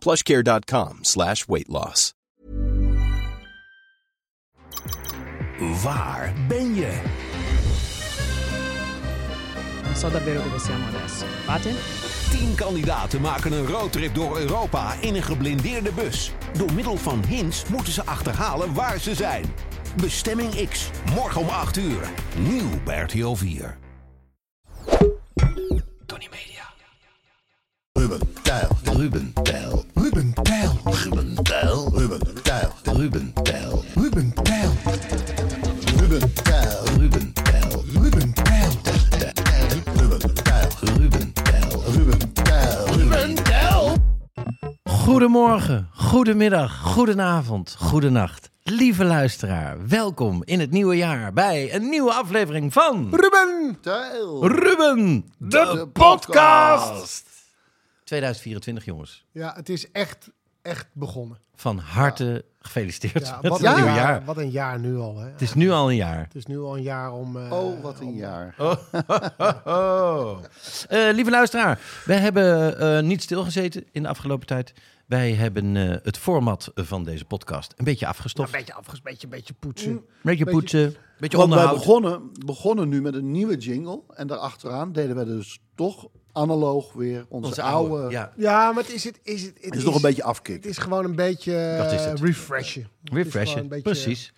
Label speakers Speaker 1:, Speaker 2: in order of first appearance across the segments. Speaker 1: Plushcare.com slash weight loss.
Speaker 2: Waar ben je?
Speaker 3: Non so davvero dove siamo adesso. Fate?
Speaker 2: Tien kandidaten maken een roadtrip door Europa in een geblindeerde bus. Door middel van hints moeten ze achterhalen waar ze zijn. Bestemming X, morgen om 8 uur. Nieuw bij RTL 4. Tony Media.
Speaker 4: Ruben Tijl. Ruben Tijl. Ruben Tijl. Ruben Tijl. Ruben Tijl. Ruben Tijl. Ruben Tijl. Ruben Tijl. Ruben Tijl. Ruben Tijl. Ruben Tijl. Ruben Tijl. Ruben Tijl. Ruben Tijl.
Speaker 5: Goedemorgen, goedemiddag, goedenavond, goedenacht. Lieve luisteraar, welkom in het nieuwe jaar bij een nieuwe aflevering van
Speaker 4: Ruben Tijl.
Speaker 5: Ruben, de, podcast. 2024 jongens,
Speaker 6: Ja, het is echt, echt begonnen.
Speaker 5: van harte gefeliciteerd
Speaker 6: Ja,
Speaker 5: met het nieuwe jaar.
Speaker 6: Wat een jaar nu al. Hè.
Speaker 5: Het is nu al een jaar.
Speaker 6: Het is nu al een jaar om... eh,
Speaker 4: Oh, wat een jaar.
Speaker 5: Eh, lieve luisteraar, wij hebben eh, niet stilgezeten in de afgelopen tijd. Wij hebben eh, het format van deze podcast een beetje
Speaker 6: een
Speaker 5: afgestoft.
Speaker 6: beetje afges, een beetje, beetje poetsen.
Speaker 5: beetje poetsen, beetje, beetje
Speaker 4: Want wij
Speaker 5: onderhoud.
Speaker 4: begonnen, begonnen nu met een nieuwe jingle. En daarachteraan deden we dus toch analoog weer onze,
Speaker 5: Onze
Speaker 4: oude...
Speaker 5: oude, ja.
Speaker 6: Ja, maar het is, het, is, het,
Speaker 4: Het is nog een beetje afkick.
Speaker 6: Het is gewoon een beetje
Speaker 5: Dat is het.
Speaker 6: eh, refreshen. Het is
Speaker 5: Refreshen,
Speaker 6: gewoon een beetje- eh,
Speaker 5: precies.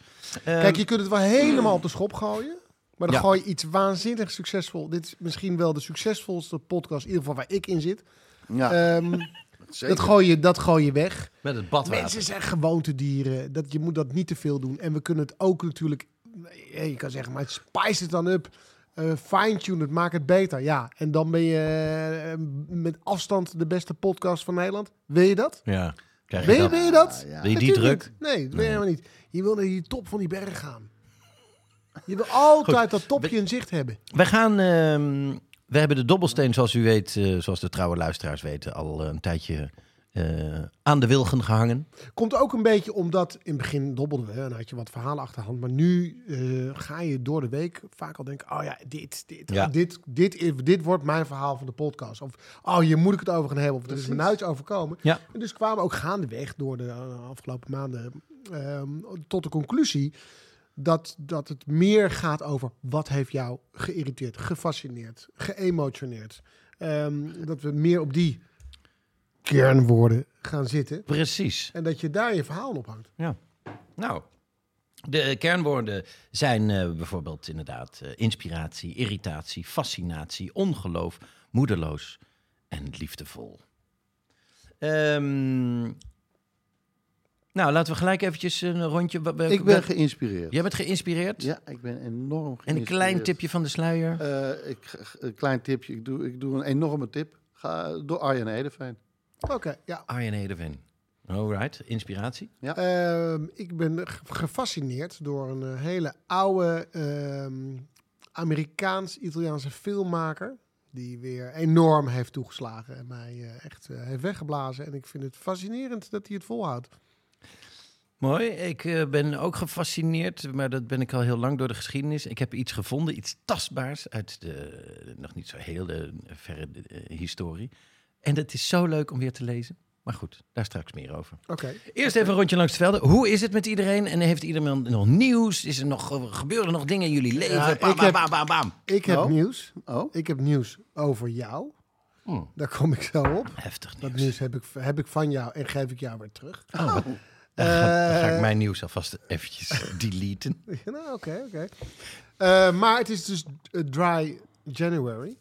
Speaker 6: Kijk, je kunt het wel helemaal op de schop gooien. Maar dan
Speaker 5: Ja.
Speaker 6: gooi je iets waanzinnig succesvol. Dit is misschien wel de succesvolste podcast, in ieder geval waar ik in zit.
Speaker 4: Ja,
Speaker 6: Ehm,
Speaker 4: zeker.
Speaker 6: dat, gooi je, dat gooi je weg.
Speaker 5: Met het badwater.
Speaker 6: Mensen zijn gewoontedieren. Dat, je moet dat niet te veel doen. En we kunnen het ook natuurlijk... eh, Je kan zeggen, maar spice het dan up. eh, Fine-tune het, maak het beter. Ja, en dan ben je eh, met afstand de beste podcast van Nederland. Wil je dat?
Speaker 5: Ja. Krijg
Speaker 6: Wil je,
Speaker 5: dat?
Speaker 6: wil je dat?
Speaker 5: Wil je die
Speaker 6: Natuurlijk
Speaker 5: druk?
Speaker 6: niet. Nee, dat wil je helemaal niet. Je wil naar die top van die berg gaan. Je wil altijd dat topje in zicht hebben.
Speaker 5: We gaan. ehm, we hebben de dobbelsteen, zoals u weet, eh, zoals de trouwe luisteraars weten, al een tijdje eh, aan de wilgen gehangen.
Speaker 6: Komt ook een beetje omdat in het begin dobbelden we en had je wat verhalen achterhand. Maar nu eh, ga je door de week vaak al denken: oh ja, dit, dit,
Speaker 5: Ja.
Speaker 6: Dit, dit, is- dit wordt mijn verhaal van de podcast. Of oh, hier moet ik het over gaan hebben. Of er is me nou iets overkomen.
Speaker 5: Ja.
Speaker 6: En dus kwamen we ook gaandeweg door de eh, afgelopen maanden ehm, tot de conclusie. Dat, dat het meer gaat over wat heeft jou geïrriteerd, gefascineerd, geëmotioneerd. Ehm, dat we meer op die kernwoorden gaan zitten.
Speaker 5: Precies.
Speaker 6: En dat je daar je verhaal op hangt.
Speaker 5: Ja. Nou, de eh, kernwoorden zijn eh, bijvoorbeeld inderdaad eh, inspiratie, irritatie, fascinatie, ongeloof, moedeloos en liefdevol. Ehm, nou, laten we gelijk eventjes een rondje. wa- wa-
Speaker 4: Ik
Speaker 5: wa-
Speaker 4: ben geïnspireerd.
Speaker 5: Jij bent geïnspireerd?
Speaker 4: Ja, ik ben enorm geïnspireerd.
Speaker 5: En een klein tipje van de sluier.
Speaker 4: Eh, ik, een klein tipje. Ik doe, ik doe een enorme tip. Ga door Arjen Hedeveen.
Speaker 6: Oké, ja.
Speaker 5: Arjen Hedevin. Alright, inspiratie.
Speaker 6: Ehm, ik ben ge- gefascineerd door een eh, hele oude ehm, Amerikaans-Italiaanse filmmaker. Die weer enorm heeft toegeslagen en mij eh, echt eh, heeft weggeblazen. En ik vind het fascinerend dat hij het volhoudt.
Speaker 5: Mooi. Ik eh, ben ook gefascineerd, maar dat ben ik al heel lang door de geschiedenis. Ik heb iets gevonden, iets tastbaars uit de eh, nog niet zo heel eh, verre eh, historie. En dat is zo leuk om weer te lezen. Maar goed, daar straks meer over.
Speaker 6: Oké.
Speaker 5: Eerst even een rondje langs de velden. Hoe is het met iedereen? En heeft iedereen nog nieuws? Is er nog, eh, gebeuren nog dingen in jullie leven?
Speaker 6: Ja,
Speaker 5: bam,
Speaker 6: ik
Speaker 5: bam,
Speaker 6: heb-
Speaker 5: bam, bam, bam.
Speaker 6: Ik heb
Speaker 4: Oh.
Speaker 6: nieuws.
Speaker 4: Oh,
Speaker 6: Ik heb nieuws over jou.
Speaker 5: Hmm.
Speaker 6: Daar kom ik zo op.
Speaker 5: Heftig
Speaker 6: Dat
Speaker 5: nieuws.
Speaker 6: nieuws heb ik, heb ik van jou en geef ik jou weer terug.
Speaker 5: Oh. Dan ga, dan ga ik
Speaker 6: Eh,
Speaker 5: mijn nieuws alvast eventjes eh, deleten.
Speaker 6: Ja, nou, oké, oké. Eh, maar het is dus eh, dry January.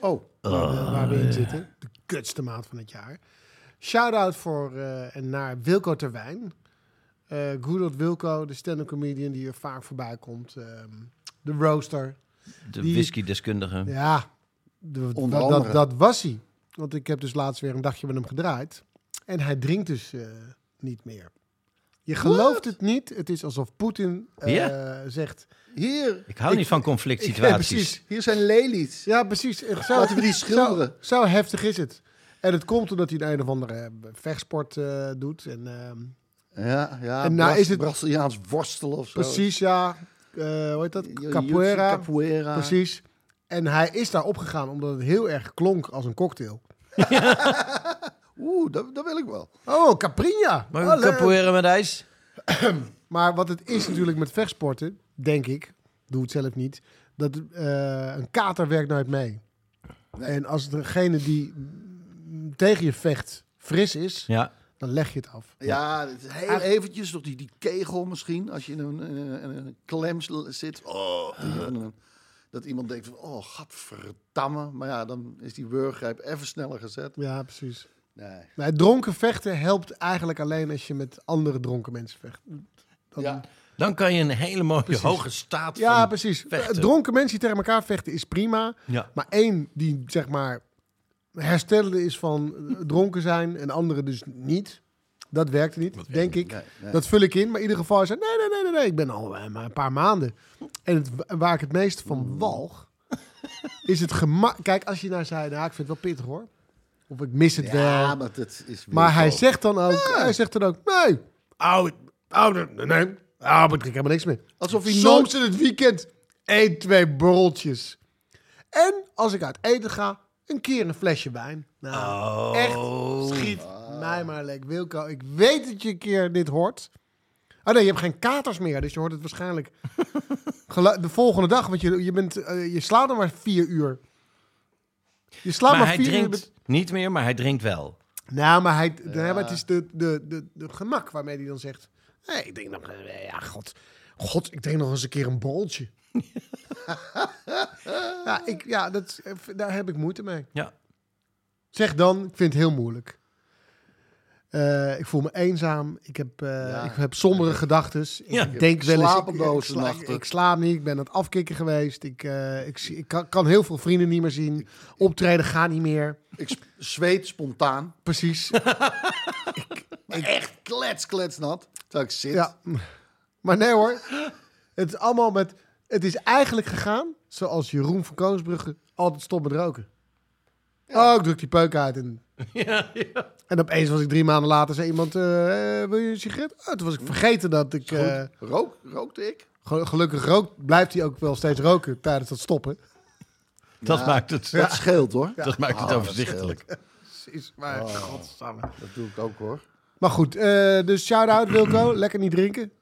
Speaker 6: Oh. waar, we, waar we in zitten. De kutste maand van het jaar. Shout-out voor eh, en naar Wilco Terwijn. Eh good old Wilco, de stand-up comedian die er vaak voorbij komt. Ehm, de roaster.
Speaker 5: De
Speaker 6: Die-
Speaker 5: whisky-deskundige.
Speaker 6: Ja, de-
Speaker 4: Onder
Speaker 6: dat, dat,
Speaker 4: andere.
Speaker 6: dat was hij. Want ik heb dus laatst weer een dagje met hem gedraaid. En hij drinkt dus eh, niet meer. Je gelooft het niet. Het is alsof Poetin eh,
Speaker 5: Ja.
Speaker 6: zegt...
Speaker 7: Hier.
Speaker 5: Ik hou niet van conflict
Speaker 7: Ja,
Speaker 5: situaties.
Speaker 7: precies. Hier zijn lelies.
Speaker 6: Ja, precies. Eh, Zo,
Speaker 7: Laten we die schilderen.
Speaker 6: Zo, zo heftig is het. En het komt omdat hij een of andere eh, vechtsport eh, doet. En, ehm,
Speaker 7: Ja, ja.
Speaker 6: En nou
Speaker 7: Bras-
Speaker 6: is het-
Speaker 7: Braziliaans worstelen of zo.
Speaker 6: precies, ja. Eh, hoe heet dat?
Speaker 7: Jiu-jitsu,
Speaker 6: Capoeira.
Speaker 7: Capoeira.
Speaker 6: Precies. En hij is daar opgegaan omdat het heel erg klonk als een cocktail.
Speaker 7: Oeh, dat, dat wil ik wel.
Speaker 6: Oh, Caprinha.
Speaker 5: Maar
Speaker 6: Oh, leuk.
Speaker 5: capoeira met ijs?
Speaker 6: Maar wat het is natuurlijk met vechtsporten, denk ik, doe het zelf niet, dat eh, een kater werkt nooit mee. En als degene die mm, tegen je vecht fris is,
Speaker 5: Ja.
Speaker 6: dan leg je het af.
Speaker 7: Ja, dat is heel eventjes nog die, die kegel misschien. Als je in een, in een, in een klem sl- zit. Oh, en dan- dat iemand denkt van, oh, gadverdamme. Maar ja, dan is die wurggrijp even sneller gezet.
Speaker 6: Ja, precies.
Speaker 7: Nee.
Speaker 6: Nou, dronken vechten helpt eigenlijk alleen als je met andere dronken mensen vecht. Dan-
Speaker 7: Ja.
Speaker 5: Dan kan je een hele mooie hoge staat
Speaker 6: Ja,
Speaker 5: van
Speaker 6: precies. Eh,
Speaker 5: vechten.
Speaker 6: Dronken mensen die tegen elkaar vechten is prima.
Speaker 5: Ja.
Speaker 6: Maar één die zeg maar herstellen is van eh, dronken zijn en andere dus niet. Dat werkt niet, denk ik.
Speaker 7: Nee, nee.
Speaker 6: Dat vul ik in. Maar in ieder geval is het, nee, nee, nee, nee, nee. Ik ben al eh, maar een paar maanden. En het, wa- waar ik het meest van walg, is het gemak. Kijk, als je nou zei, nou, ik vind het wel pittig hoor. Of ik mis het
Speaker 7: Ja,
Speaker 6: wel.
Speaker 7: maar dat is weer
Speaker 6: Maar hij
Speaker 7: zo.
Speaker 6: zegt dan ook, hij zegt dan ook, nee, oude, oude, nee, nee, oude, ik heb helemaal niks meer.
Speaker 7: Alsof hij
Speaker 6: Soms
Speaker 7: nooit-
Speaker 6: in het weekend één, twee borreltjes. En als ik uit eten ga, een keer een flesje wijn. Nou, echt, schiet mij maar lek. Wilco, ik weet dat je een keer dit hoort. Oh nee, je hebt geen katers meer, dus je hoort het waarschijnlijk gelu- de volgende dag. Want je, je, bent, eh, je slaapt nog maar vier uur. Je slaapt
Speaker 5: Maar,
Speaker 6: maar,
Speaker 5: hij
Speaker 6: vier uur.
Speaker 5: drinkt
Speaker 6: met-
Speaker 5: niet meer, maar hij drinkt wel.
Speaker 6: nou, maar, hij, nee, maar het is de, de, de, de gemak waarmee hij dan zegt... Nee, ik denk nog... eh, Ja, god. God, ik denk nog eens een keer een borreltje. ja, ik, ja dat, eh, daar heb ik moeite mee.
Speaker 5: Ja.
Speaker 6: Zeg dan, ik vind het heel moeilijk. Eh, ik voel me eenzaam. Ik heb, eh, ik heb sombere gedachten. Ik
Speaker 5: Ja.
Speaker 6: denk wel eens... ik- Ik,
Speaker 7: Slapeloze
Speaker 6: sla- ik,
Speaker 7: nachten.
Speaker 6: slaap niet. Ik ben aan het afkicken geweest. Ik, eh, ik, zie- ik kan, kan heel veel vrienden niet meer zien. Optreden gaat niet meer.
Speaker 7: Ik sp- zweet spontaan.
Speaker 6: Precies.
Speaker 7: Maar echt klets, kletsnat. Terwijl ik zit.
Speaker 6: Ja. Maar nee hoor. Het is allemaal met... Het is eigenlijk gegaan zoals Jeroen van Koonsbrugge altijd stopt met roken. Oh, ik druk die peuk uit. En, en opeens was ik drie maanden later, zei iemand, eh, eh, wil je een sigaret? Oh, toen was ik vergeten dat ik... eh,
Speaker 7: Rook, rookte ik?
Speaker 6: ge- gelukkig rookt, blijft hij ook wel steeds roken tijdens dat stoppen.
Speaker 5: Dat maakt het,
Speaker 7: Dat scheelt hoor.
Speaker 5: dat maakt
Speaker 7: Ah,
Speaker 6: Oh,
Speaker 5: het overzichtelijk.
Speaker 6: Precies, maar godsamme.
Speaker 7: Dat doe ik ook hoor.
Speaker 6: Maar goed, eh, dus shout-out Wilco. lekker niet drinken.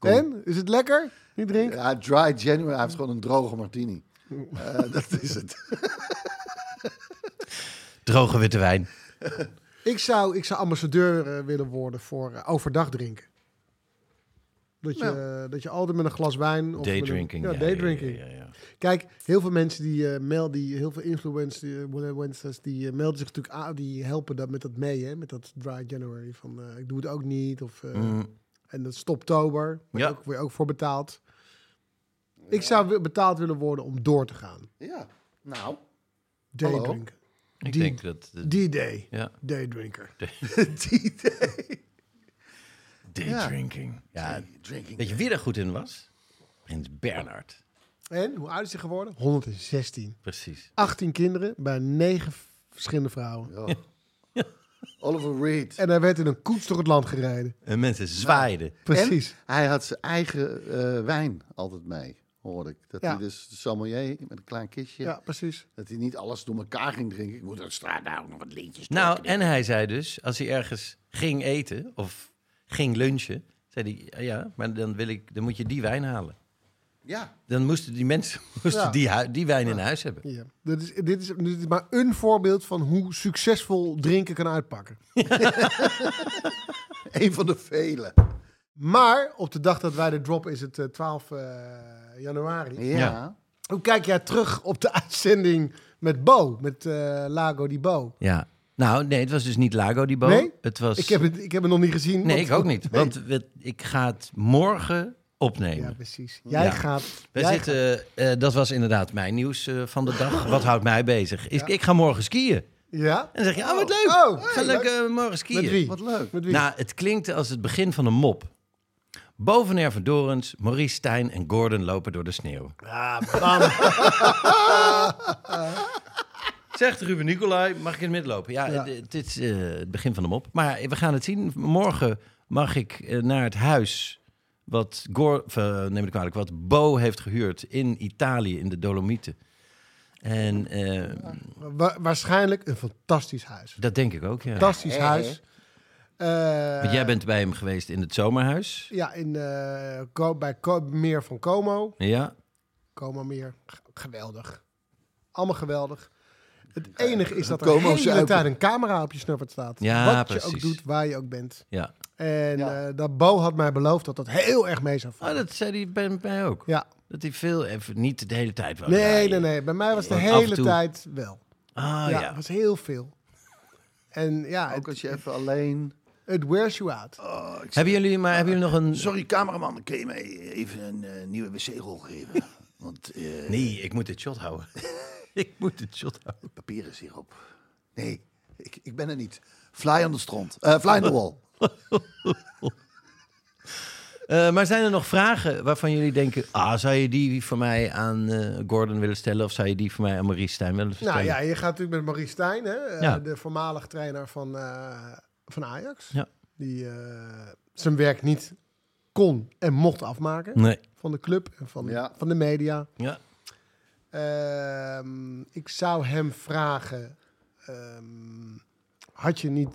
Speaker 6: En? Is het lekker? Niet drinken?
Speaker 7: Ja, dry January. Hij heeft gewoon een droge martini. Eh, dat is het.
Speaker 5: Droge witte wijn.
Speaker 6: Ik zou, ik zou ambassadeur eh, willen worden voor eh, overdag drinken. Dat je, eh, dat je altijd met een glas wijn... Of
Speaker 5: Daydrinking.
Speaker 6: Met een, ja, daydrinking. Kijk, heel veel mensen die eh meld, die, heel veel influencers, die, eh, influencers, die eh, melden zich natuurlijk aan, die helpen dat met dat mee, hè, met dat dry January. Van eh, ik doe het ook niet. Of, eh, En dat stoptober, daar
Speaker 5: Ja.
Speaker 6: ook, word je ook voor betaald. Ik zou wi- betaald willen worden om door te gaan.
Speaker 7: Ja, nou.
Speaker 6: Daydrinken.
Speaker 5: Ik
Speaker 6: Die-
Speaker 5: denk dat... eh,
Speaker 6: D-day.
Speaker 5: ja.
Speaker 6: Daydrinker.
Speaker 7: Die idee.
Speaker 5: Daydrinking. Ja.
Speaker 7: Drinking.
Speaker 5: Weet je wie daar goed in was? Prins Bernhard.
Speaker 6: En, hoe oud is hij geworden? 116.
Speaker 5: Precies.
Speaker 6: 18 kinderen bij 9 verschillende vrouwen.
Speaker 7: Oliver Reed.
Speaker 6: En hij werd in een koets door het land gereden.
Speaker 5: En mensen zwaaiden.
Speaker 6: Precies.
Speaker 7: En hij had zijn eigen eh, wijn altijd mee, hoorde ik. Dat
Speaker 6: Ja.
Speaker 7: hij dus de sommelier met een klein kistje,
Speaker 6: Ja, precies.
Speaker 7: dat hij niet alles door elkaar ging drinken. Ik moet er straat nou ook nog wat lintjes
Speaker 5: Nou, en hij zei dus, als hij ergens ging eten of ging lunchen, zei hij, ja, maar dan, wil ik, dan moet je die wijn halen.
Speaker 7: Ja,
Speaker 5: Dan moesten die mensen moesten
Speaker 6: Ja.
Speaker 5: die, hui- die wijn in huis hebben.
Speaker 6: Ja. Dit, is, dit, is, dit is maar een voorbeeld van hoe succesvol drinken kan uitpakken.
Speaker 7: een van de vele.
Speaker 6: Maar op de dag dat wij de drop is het eh, 12 eh, januari.
Speaker 7: Ja.
Speaker 5: Ja.
Speaker 6: Hoe kijk jij terug op de uitzending met Bo, met eh, Lago di Bo?
Speaker 5: Ja. Nou, nee, het was dus niet Lago die boom.
Speaker 6: Nee?
Speaker 5: Het was...
Speaker 6: Ik heb, het, ik heb het nog niet gezien.
Speaker 5: nee,
Speaker 6: want-
Speaker 5: ik ook niet. Want we- ik ga het morgen opnemen.
Speaker 6: Ja, precies. Jij
Speaker 5: Ja.
Speaker 6: gaat...
Speaker 5: We
Speaker 6: jij
Speaker 5: zitten, eh, dat was inderdaad mijn nieuws eh, van de dag. Wat houdt mij bezig? Is, Ik ga morgen skiën.
Speaker 6: gaat- Ja?
Speaker 5: En dan zeg je, ah, wat leuk.
Speaker 6: Oh,
Speaker 5: Ga
Speaker 6: hey,
Speaker 5: lekker morgen skiën.
Speaker 6: Met wie?
Speaker 7: Wat leuk.
Speaker 6: Met wie?
Speaker 5: Nou, het klinkt als het begin van een mop. Bovenair van Dorens, Maurice Stijn en Gordon lopen door de sneeuw.
Speaker 6: Ja, Ah, bam.
Speaker 5: Zegt Ruben Nicolai, mag ik in het midden lopen? Ja,
Speaker 6: Ja.
Speaker 5: d- dit is eh, het begin van de mop. Maar we gaan het zien. Morgen mag ik eh, naar het huis wat, Gor of, eh, neem me kwalijk, wat Bo heeft gehuurd in Italië, in de Dolomieten. En eh,
Speaker 6: Wa- waarschijnlijk een fantastisch huis.
Speaker 5: dat denk ik ook, ja.
Speaker 6: Fantastisch
Speaker 7: Hè,
Speaker 6: huis. Eh,
Speaker 5: Want jij bent bij hem geweest in het zomerhuis.
Speaker 6: Ja, in, eh, Ko- bij Ko- Meer van Como.
Speaker 5: Ja,
Speaker 6: Como Meer. G- Geweldig. Allemaal geweldig. Het enige is dat er
Speaker 7: Como
Speaker 6: de hele
Speaker 7: zuipen.
Speaker 6: tijd een camera op je snuffert staat.
Speaker 5: Ja,
Speaker 6: Wat je ook
Speaker 5: precies.
Speaker 6: doet, waar je ook bent.
Speaker 5: ja.
Speaker 6: En
Speaker 7: Ja.
Speaker 6: eh, dat Bo had mij beloofd dat dat heel erg mee zou vallen.
Speaker 5: Oh, dat zei hij bij mij ook.
Speaker 6: Ja.
Speaker 5: Dat hij veel, even niet de hele tijd was.
Speaker 6: Nee, nee, nee. Bij mij was de
Speaker 5: Want af en
Speaker 6: hele
Speaker 5: toe-
Speaker 6: tijd wel.
Speaker 5: Ah,
Speaker 6: ja,
Speaker 5: ja.
Speaker 6: het was heel veel. En ja,
Speaker 7: Ook
Speaker 6: het,
Speaker 7: als je even alleen...
Speaker 6: het wears you
Speaker 5: Oh,
Speaker 6: out. Nou
Speaker 5: Hebben jullie, maar hebben jullie nog een...
Speaker 7: Sorry, cameraman, kun je mij even een eh, nieuwe wc-rol geven? Want eh
Speaker 5: Nee, ik moet dit shot houden. ik moet dit shot houden.
Speaker 7: het papier is hierop. Nee, ik, ik ben er niet. Fly on the strand. Eh, fly on the wall.
Speaker 5: Eh, maar zijn er nog vragen waarvan jullie denken... Ah, zou je die van mij aan eh, Gordon willen stellen... of zou je die van mij aan Maurice Stijn willen stellen?
Speaker 6: Nou ja, je gaat natuurlijk met Marie Stijn, hè, eh,
Speaker 5: Ja.
Speaker 6: de voormalig trainer van, eh, van Ajax.
Speaker 5: Ja.
Speaker 6: Die eh, zijn werk niet kon en mocht afmaken.
Speaker 5: Nee.
Speaker 6: Van de club en van,
Speaker 7: Ja.
Speaker 6: van de media.
Speaker 5: Ja.
Speaker 6: Ehm, ik zou hem vragen: ehm, had, je niet,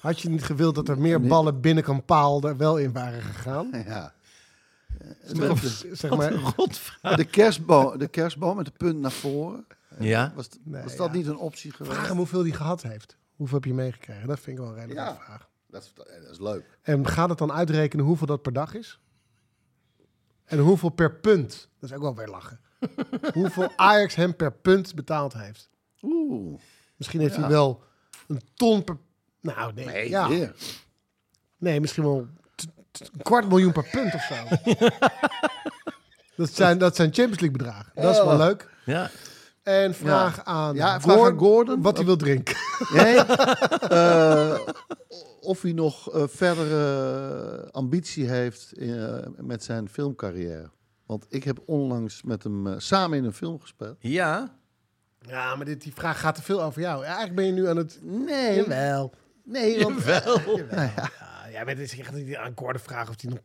Speaker 6: had je niet gewild dat er meer ballen binnenkant paal er wel in waren gegaan?
Speaker 7: Ja. Eh,
Speaker 6: Of, zeg maar,
Speaker 5: Godvraag.
Speaker 7: De, kerstboom, de kerstboom met de punt naar voren.
Speaker 5: Ja?
Speaker 7: Was,
Speaker 6: Nee,
Speaker 7: was dat
Speaker 6: ja.
Speaker 7: niet een optie geweest?
Speaker 6: vraag hem hoeveel hij gehad heeft. Hoeveel heb je meegekregen? Dat vind ik wel een relevante
Speaker 7: Ja.
Speaker 6: vraag.
Speaker 7: Dat is, dat is leuk.
Speaker 6: En gaat het dan uitrekenen hoeveel dat per dag is? En hoeveel per punt? Dat is ook wel weer lachen. hoeveel Ajax hem per punt betaald heeft.
Speaker 7: Oeh.
Speaker 6: Misschien heeft hij wel een ton per... Nou, nee.
Speaker 7: Nee,
Speaker 6: ja.
Speaker 7: weer.
Speaker 6: Nee, misschien wel t- t- een kwart miljoen per punt of zo. dat, zijn, dat zijn Champions League bedragen. Dat is wel leuk.
Speaker 5: Ja.
Speaker 6: En vraag aan
Speaker 7: Ja, vraag
Speaker 6: Gordon,
Speaker 7: aan Gordon.
Speaker 6: wat hij wil drinken.
Speaker 7: Nee. Eh, of hij nog eh, verdere eh, ambitie heeft eh, met zijn filmcarrière. Want ik heb onlangs met hem eh, samen in een film gespeeld.
Speaker 5: Ja?
Speaker 6: Ja, maar dit, die vraag gaat te veel over jou. Ja, eigenlijk ben je nu aan het...
Speaker 7: Nee.
Speaker 6: Jawel. Nou
Speaker 7: Nee, want
Speaker 6: Ja, ja maar dit is echt niet aan Gordon vragen of hij nog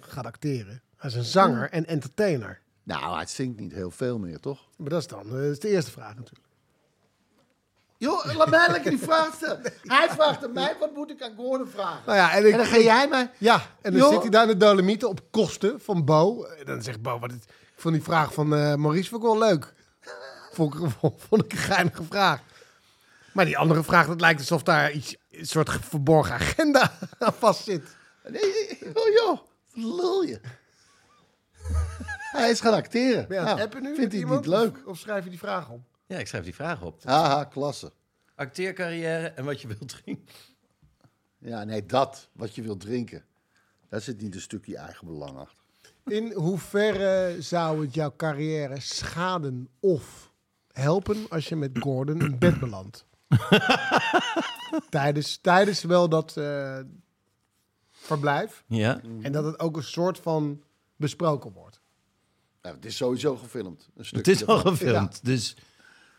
Speaker 6: gaat acteren. Hij is een
Speaker 7: Mm.
Speaker 6: zanger en entertainer.
Speaker 7: Nou, hij zingt niet heel veel meer, toch?
Speaker 6: Maar dat is dan eh, dat is de eerste vraag natuurlijk.
Speaker 7: Joh, laat mij lekker die vraag stellen. Hij vraagt aan mij, wat moet ik aan Gordon vragen?
Speaker 6: Nou ja, en, ik,
Speaker 7: En dan ga jij mij...
Speaker 6: Ja, en dan
Speaker 7: Joh.
Speaker 6: zit hij daar in de Dolomieten op kosten van Bo. En dan zegt Bo, wat is- ik vond die vraag van eh, Maurice vond ik wel leuk. vond, ik, vond ik een geinige vraag. Maar die andere vraag, dat lijkt alsof daar iets, een soort ge- verborgen agenda aan vast zit.
Speaker 7: Nee, oh joh, wat lul je. Hij is gaan acteren.
Speaker 6: Ben je aan
Speaker 7: Nou,
Speaker 6: het appen nu met
Speaker 7: Vindt hij het
Speaker 6: iemand?
Speaker 7: niet leuk?
Speaker 6: Of, of schrijf je die vraag op?
Speaker 5: Ja, ik schrijf die vraag op.
Speaker 7: Haha, klasse.
Speaker 5: Acteercarrière en wat je wilt drinken.
Speaker 7: Ja, nee, dat, wat je wilt drinken. Daar zit niet een stukje eigen belang achter.
Speaker 6: In hoeverre zou het jouw carrière schaden of helpen als je met Gordon in bed belandt? tijdens, tijdens wel dat eh, verblijf.
Speaker 5: Ja.
Speaker 6: En dat het ook een soort van besproken wordt.
Speaker 7: Nou, het is sowieso gefilmd. Een
Speaker 5: Het
Speaker 7: stukje
Speaker 5: is al
Speaker 7: ervan.
Speaker 5: gefilmd, dus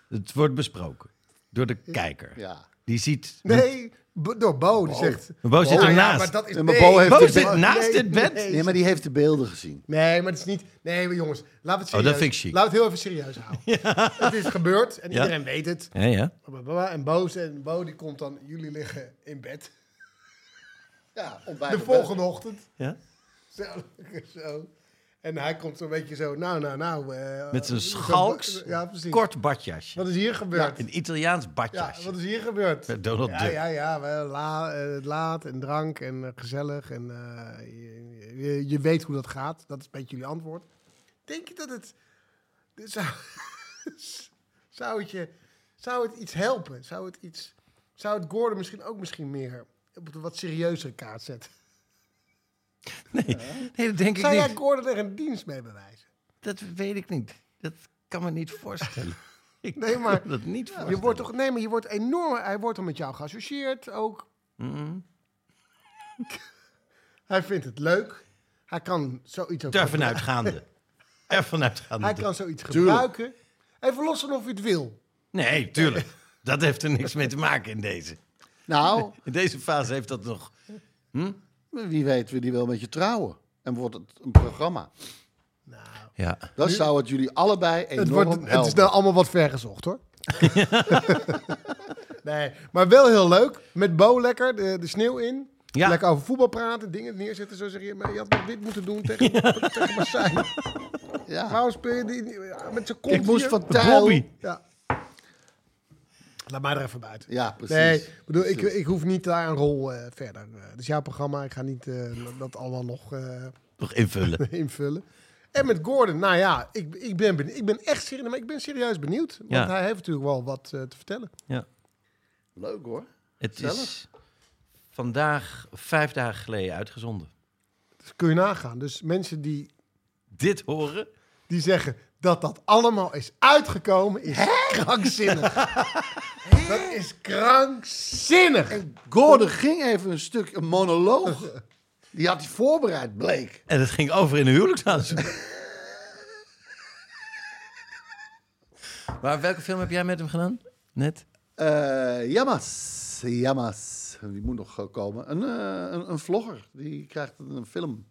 Speaker 5: het wordt besproken. Door de kijker.
Speaker 7: Ja.
Speaker 5: Die ziet...
Speaker 6: Nee, b- door Bo. Die zegt...
Speaker 5: Bo zit
Speaker 6: Ja,
Speaker 5: ernaast.
Speaker 6: maar dat is...
Speaker 7: Ja, maar
Speaker 6: nee,
Speaker 7: Bo heeft
Speaker 5: Bo
Speaker 7: dit-
Speaker 5: zit naast
Speaker 6: nee,
Speaker 5: dit bed.
Speaker 6: nee.
Speaker 7: Nee, maar die heeft de beelden gezien.
Speaker 6: Nee, maar het is niet... Nee, maar jongens, laten we het
Speaker 5: Oh,
Speaker 6: serieus...
Speaker 5: dat vind ik chic.
Speaker 6: Laten we het heel even serieus houden. Het is gebeurd en
Speaker 5: Ja.
Speaker 6: iedereen weet het.
Speaker 5: Ja, ja.
Speaker 6: Blablabla. En Bo, en Bo die komt dan... Jullie liggen in bed.
Speaker 7: Ja, ontbijt.
Speaker 6: De volgende ochtend.
Speaker 5: ja.
Speaker 6: Zo, lekker zo. En hij komt zo'n beetje zo, nou, nou, nou. eh,
Speaker 5: Met zijn
Speaker 6: zo-
Speaker 5: schalks,
Speaker 6: Ja, precies.
Speaker 5: kort badjasje.
Speaker 6: Wat is hier gebeurd? Ja,
Speaker 5: Een Italiaans badjasje.
Speaker 6: wat is hier gebeurd?
Speaker 5: Met Donald
Speaker 6: ja,
Speaker 5: Duck.
Speaker 6: ja, ja, wel la, eh, laat en drank en eh, gezellig en eh, je, je- je weet hoe dat gaat. Dat is een beetje jullie antwoord. Denk je dat het... dit Zou, zou, het je, zou het iets helpen? Zou het, iets, zou het Gordon misschien ook misschien meer op een wat serieuzere kaart zetten?
Speaker 5: Nee, dat denk ik
Speaker 6: Zou jij
Speaker 5: niet.
Speaker 6: Gordon er een dienst mee bewijzen?
Speaker 5: Dat weet ik niet. Dat kan me niet voorstellen. Ik
Speaker 6: Nee, maar-
Speaker 5: kan dat niet voor.
Speaker 6: Je wordt toch, nee, maar je wordt enorm, hij wordt dan met jou geassocieerd ook. hij vindt het leuk. Hij kan zoiets ook
Speaker 5: Daarvan uitgaande. Ervan uitgaande.
Speaker 6: Hij kan zoiets gebruiken. Even los van of je het wil.
Speaker 5: Nee, tuurlijk. Dat heeft er niks mee te maken in deze.
Speaker 7: Nou,
Speaker 5: In deze fase heeft dat nog.
Speaker 7: wie weet wil die wel met je trouwen. En wordt het een programma.
Speaker 5: Ja.
Speaker 7: Dan zou het jullie allebei enorm
Speaker 6: Het, wordt, het is
Speaker 7: helpen.
Speaker 6: nou allemaal wat ver gezocht hoor. nee, maar wel heel leuk. Met Bo lekker, de, de sneeuw in.
Speaker 5: Ja.
Speaker 6: Lekker over voetbal praten, dingen neerzetten. Zo zeg je, maar je had nog dit moeten doen tegen, tegen Marseille.
Speaker 7: Ja.
Speaker 6: Waarom speel je die, met zijn kont
Speaker 7: Ah. Ik moest
Speaker 6: hier?
Speaker 7: van Tijl...
Speaker 5: Bobby.
Speaker 6: Ja. Laat mij er even buiten.
Speaker 7: Ja, precies.
Speaker 6: Nee, ik bedoel, ik,
Speaker 7: Precies.
Speaker 6: ik hoef niet daar een rol eh, verder. Eh, Het is jouw programma, ik ga niet eh, dat allemaal nog eh,
Speaker 5: Nog invullen.
Speaker 6: invullen. En met Gordon, nou ja, ik, ik, ben, benieu- ik ben echt serieus, maar ik ben serieus benieuwd. Want
Speaker 5: Ja.
Speaker 6: hij heeft natuurlijk wel wat eh, te vertellen.
Speaker 5: Ja.
Speaker 7: Leuk hoor.
Speaker 5: Het is
Speaker 7: Zelf?
Speaker 5: vandaag vijf dagen geleden uitgezonden.
Speaker 6: Dus kun je nagaan. Dus mensen die,
Speaker 5: Dit horen.
Speaker 6: die zeggen dat dat allemaal is uitgekomen, is krankzinnig. dat is krankzinnig.
Speaker 7: Gordon Oh, ging even een stuk, een monoloog. Die had hij voorbereid, bleek.
Speaker 5: En het ging over in een huwelijkshuis. maar welke film heb jij met hem gedaan? Net?
Speaker 7: Eh Jamas. Jamas. Die moet nog eh, komen. Een, eh, een, een vlogger. Die krijgt een film.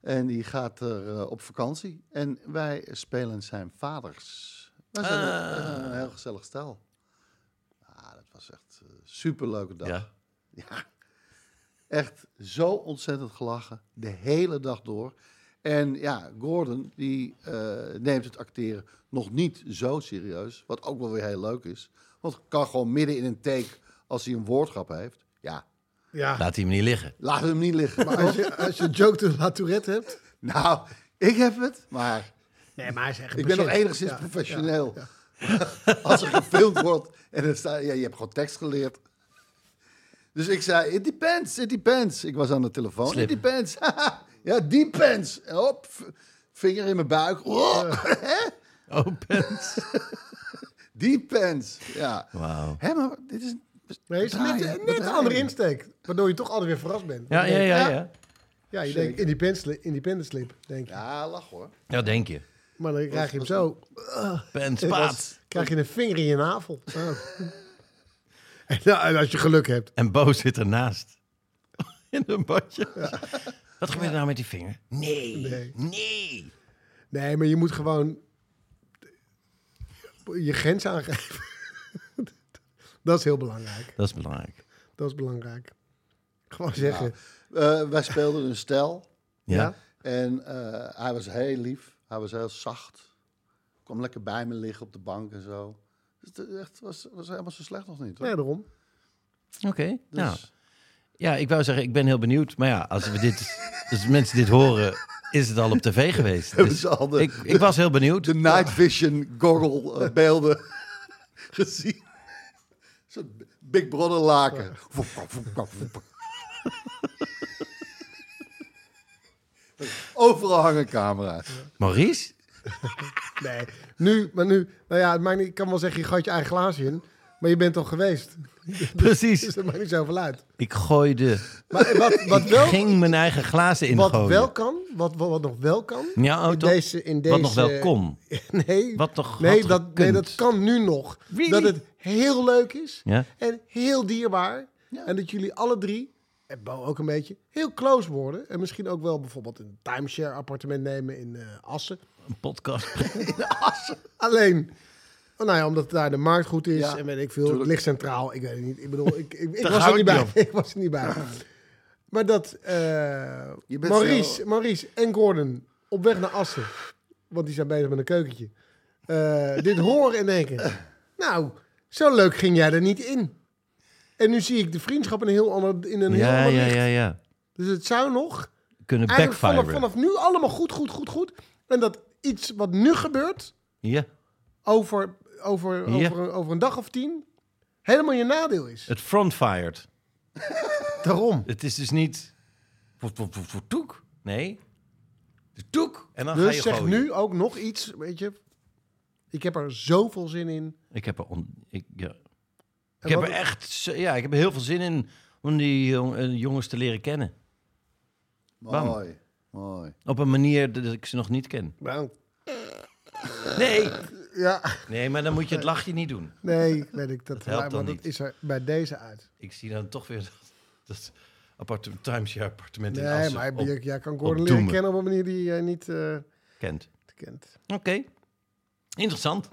Speaker 7: En die gaat er eh, op vakantie. En wij spelen zijn vaders. Wij zijn een- wij zijn een heel gezellig stel. Ah, dat was echt een superleuke dag.
Speaker 5: Ja.
Speaker 7: Ja. Echt zo ontzettend gelachen. De hele dag door. En ja, Gordon die eh, neemt het acteren nog niet zo serieus. Wat ook wel weer heel leuk is. Want kan gewoon midden in een take, als hij een woordgrap heeft. Ja,
Speaker 6: Ja,
Speaker 5: Laat hij hem niet liggen.
Speaker 7: laat hem niet liggen.
Speaker 6: maar als je, als je joke de La Tourette hebt.
Speaker 7: nou, ik heb het, maar
Speaker 6: Nee, maar hij is echt
Speaker 7: ik ben nog enigszins professioneel. als er gefilmd wordt en er staat, ja, je hebt gewoon tekst geleerd. Dus ik zei, it depends, it depends. Ik was aan de telefoon,
Speaker 5: Slim.
Speaker 7: it depends. ja, depends. En Hop, v- vinger in mijn buik.
Speaker 5: Oh, Opens.
Speaker 7: depends, ja.
Speaker 5: Wauw.
Speaker 7: Hé, maar dit is...
Speaker 6: Nee, het is
Speaker 7: Draaien,
Speaker 6: net,
Speaker 7: hè?
Speaker 6: net een
Speaker 7: Draaien.
Speaker 6: andere insteek. Waardoor je toch altijd weer verrast bent.
Speaker 5: Ja, ja, ja, ja.
Speaker 6: Ja, je denkt independent slip, independent slip denk je.
Speaker 7: Ja, lach hoor.
Speaker 5: Ja, denk je.
Speaker 6: Maar dan krijg je hem zo.
Speaker 5: Pens,
Speaker 6: Pas.
Speaker 5: paat.
Speaker 6: Krijg je een vinger in je navel. Oh. En, nou, en als je geluk hebt.
Speaker 5: En Bo zit ernaast. In een badje. Wat gebeurt er nou met die vinger? Nee.
Speaker 6: Nee.
Speaker 5: Nee.
Speaker 6: Nee, maar je moet gewoon je grens aangeven. Dat is heel belangrijk.
Speaker 5: Dat is belangrijk.
Speaker 6: Dat is belangrijk. Gewoon zeggen.
Speaker 7: Eh, wij speelden een stel
Speaker 5: Ja.
Speaker 6: Ja.
Speaker 7: en eh, hij was heel lief. Hij was heel zacht. Kwam lekker bij me liggen op de bank en zo. Dus het echt, was, was helemaal zo slecht nog niet. Hoor.
Speaker 6: Nee, daarom.
Speaker 5: Oké. Nou.
Speaker 7: Dus-
Speaker 5: Ja, ik wou zeggen, ik ben heel benieuwd. Maar ja, als, we dit, als mensen dit horen, is het al op tv geweest.
Speaker 7: Hebben
Speaker 5: Dus
Speaker 7: ze al de-
Speaker 5: ik, ik was heel benieuwd.
Speaker 7: de night vision goggle eh, beelden gezien. Zo'n Big Brother laken. Overal hangen camera's.
Speaker 5: Maurice?
Speaker 6: Nee. Nu, maar nu. Nou ja, het maakt niet, ik kan wel zeggen, je gooit je eigen glaasje in. Maar je bent al geweest. Dus
Speaker 5: Precies.
Speaker 6: dat maakt niet zoveel uit.
Speaker 5: Ik gooide.
Speaker 6: Maar wat, wat
Speaker 5: Ik
Speaker 6: wel,
Speaker 5: ging mijn eigen glazen in
Speaker 6: wat
Speaker 5: gooien.
Speaker 6: wel kan, wat, wat, wat nog wel kan.
Speaker 5: Ja, oh,
Speaker 6: in
Speaker 5: toch?
Speaker 6: deze, in deze,
Speaker 5: Wat nog wel kon.
Speaker 6: Nee,
Speaker 5: Wat nog
Speaker 6: nee,
Speaker 5: had
Speaker 6: dat, nee,
Speaker 5: gekund.
Speaker 6: dat kan nu nog.
Speaker 5: Really?
Speaker 6: Dat het heel leuk is
Speaker 5: Ja.
Speaker 6: en heel dierbaar. En dat jullie alle drie, en Bo ook een beetje, heel close worden. En misschien ook wel bijvoorbeeld een timeshare appartement nemen in eh, Assen.
Speaker 5: Een podcast.
Speaker 6: Alleen, oh, nou ja, omdat daar de markt goed is
Speaker 7: Ja,
Speaker 6: en weet ik veel. Het ligt centraal, ik weet het niet. Ik bedoel, ik, ik, ik
Speaker 5: Daar
Speaker 6: was
Speaker 5: hou
Speaker 6: er niet
Speaker 5: ik
Speaker 6: bij.
Speaker 5: niet
Speaker 6: ik was er niet bij. Maar dat eh,
Speaker 7: Je bent
Speaker 6: Maurice,
Speaker 7: zo-
Speaker 6: Maurice en Gordon op weg naar Assen, want die zijn bezig met een keukentje, eh, dit horen en denken, nou, zo leuk ging jij er niet in. En nu zie ik de vriendschap in een heel ander, in een heel
Speaker 5: Ja,
Speaker 6: ander
Speaker 5: ja,
Speaker 6: licht.
Speaker 5: ja, ja.
Speaker 6: Dus het zou nog
Speaker 5: Kunnen
Speaker 6: eigenlijk vanaf,
Speaker 5: backfiren.
Speaker 6: vanaf nu allemaal goed, goed, goed, goed. En dat iets wat nu gebeurt,
Speaker 5: Ja.
Speaker 6: over, over,
Speaker 5: Ja.
Speaker 6: over, over een dag of tien helemaal je nadeel is.
Speaker 5: Het frontfired.
Speaker 6: Daarom.
Speaker 5: Het is dus niet voor, voor, voor, voor toek. Nee. De toek. En dan ga
Speaker 6: Dus
Speaker 5: je
Speaker 6: zeg
Speaker 5: gooien.
Speaker 6: nu ook nog iets, weet je. Ik heb er zoveel zin in.
Speaker 5: Ik heb er, on- ik, ja.
Speaker 6: En
Speaker 5: ik heb
Speaker 6: wat-
Speaker 5: er echt z- ja, ik heb er heel veel zin in om die jong- eh, jongens te leren kennen. Bam.
Speaker 7: Mooi. Mooi.
Speaker 5: Op een manier dat ik ze nog niet ken.
Speaker 6: Nou,
Speaker 5: Nee,
Speaker 6: ja,
Speaker 5: nee maar dan moet je het lachje niet doen.
Speaker 6: nee, weet ik dat.
Speaker 5: helpt
Speaker 6: maar
Speaker 5: dan
Speaker 6: dat
Speaker 5: niet.
Speaker 6: is er bij deze uit.
Speaker 5: Ik zie dan toch weer dat, dat appartement, timeshare appartement in
Speaker 6: Nee,
Speaker 5: Assen
Speaker 6: maar
Speaker 5: op-
Speaker 6: jij, jij kan Gordon leren
Speaker 5: opdoemen.
Speaker 6: kennen op een manier die jij niet eh,
Speaker 5: kent.
Speaker 6: kent.
Speaker 5: Oké, interessant.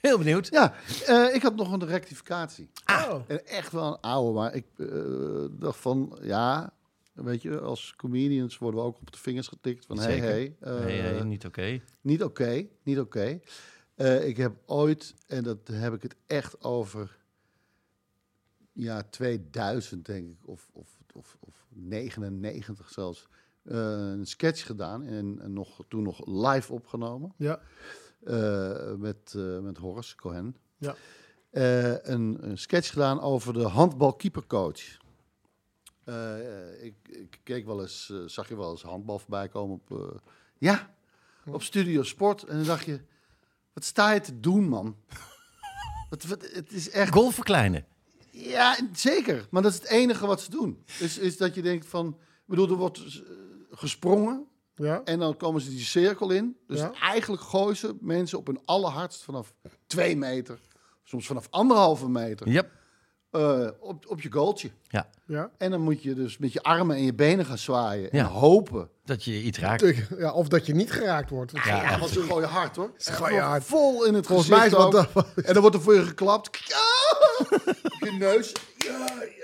Speaker 5: Heel benieuwd.
Speaker 7: Ja, eh, ik had nog een rectificatie.
Speaker 6: Oh.
Speaker 7: En echt wel een oude, maar ik eh, dacht van, ja, weet je, als comedians worden we ook op de vingers getikt van, hey,
Speaker 5: Zeker.
Speaker 7: hey, eh,
Speaker 5: nee, eh, niet oké.
Speaker 7: niet oké, niet oké. Eh, ik heb ooit, en dat heb ik het echt over, ja, 2000 denk ik, of, of, of, of 99 zelfs, eh, een sketch gedaan en, en nog, toen nog live opgenomen
Speaker 6: Ja,
Speaker 7: eh, met, eh, met Horace Cohen.
Speaker 6: Ja.
Speaker 7: Eh, een, een sketch gedaan over de handbalkeepercoach. Eh, ik, ik keek wel eens, eh, zag je wel eens handbal voorbij komen op, eh, ja, op Studio Sport. En dan dacht je, wat sta je te doen, man? wat, wat, het is echt...
Speaker 5: Golf verkleinen.
Speaker 7: Ja, zeker. Maar dat is het enige wat ze doen. Is, is dat je denkt van... Ik bedoel, er wordt eh, gesprongen.
Speaker 6: ja.
Speaker 7: En dan komen ze die cirkel in. Dus
Speaker 6: Ja.
Speaker 7: eigenlijk gooien ze mensen op hun allerhardst vanaf twee meter, soms vanaf anderhalve meter,
Speaker 5: Yep.
Speaker 7: eh, op, op je goaltje.
Speaker 5: Ja,
Speaker 6: ja.
Speaker 7: En dan moet je dus met je armen en je benen gaan zwaaien en
Speaker 5: Ja.
Speaker 7: hopen.
Speaker 5: dat je iets raakt.
Speaker 6: ja. Of dat je niet geraakt wordt.
Speaker 5: Ah, Ja,
Speaker 7: Ja, want ze gooien hard hoor. Ze
Speaker 6: gooien hard.
Speaker 7: Vol in het
Speaker 6: Volgens
Speaker 7: gezicht
Speaker 6: mij is wat
Speaker 7: ook. En dan wordt er voor je geklapt. Ja! Op je neus. Ja,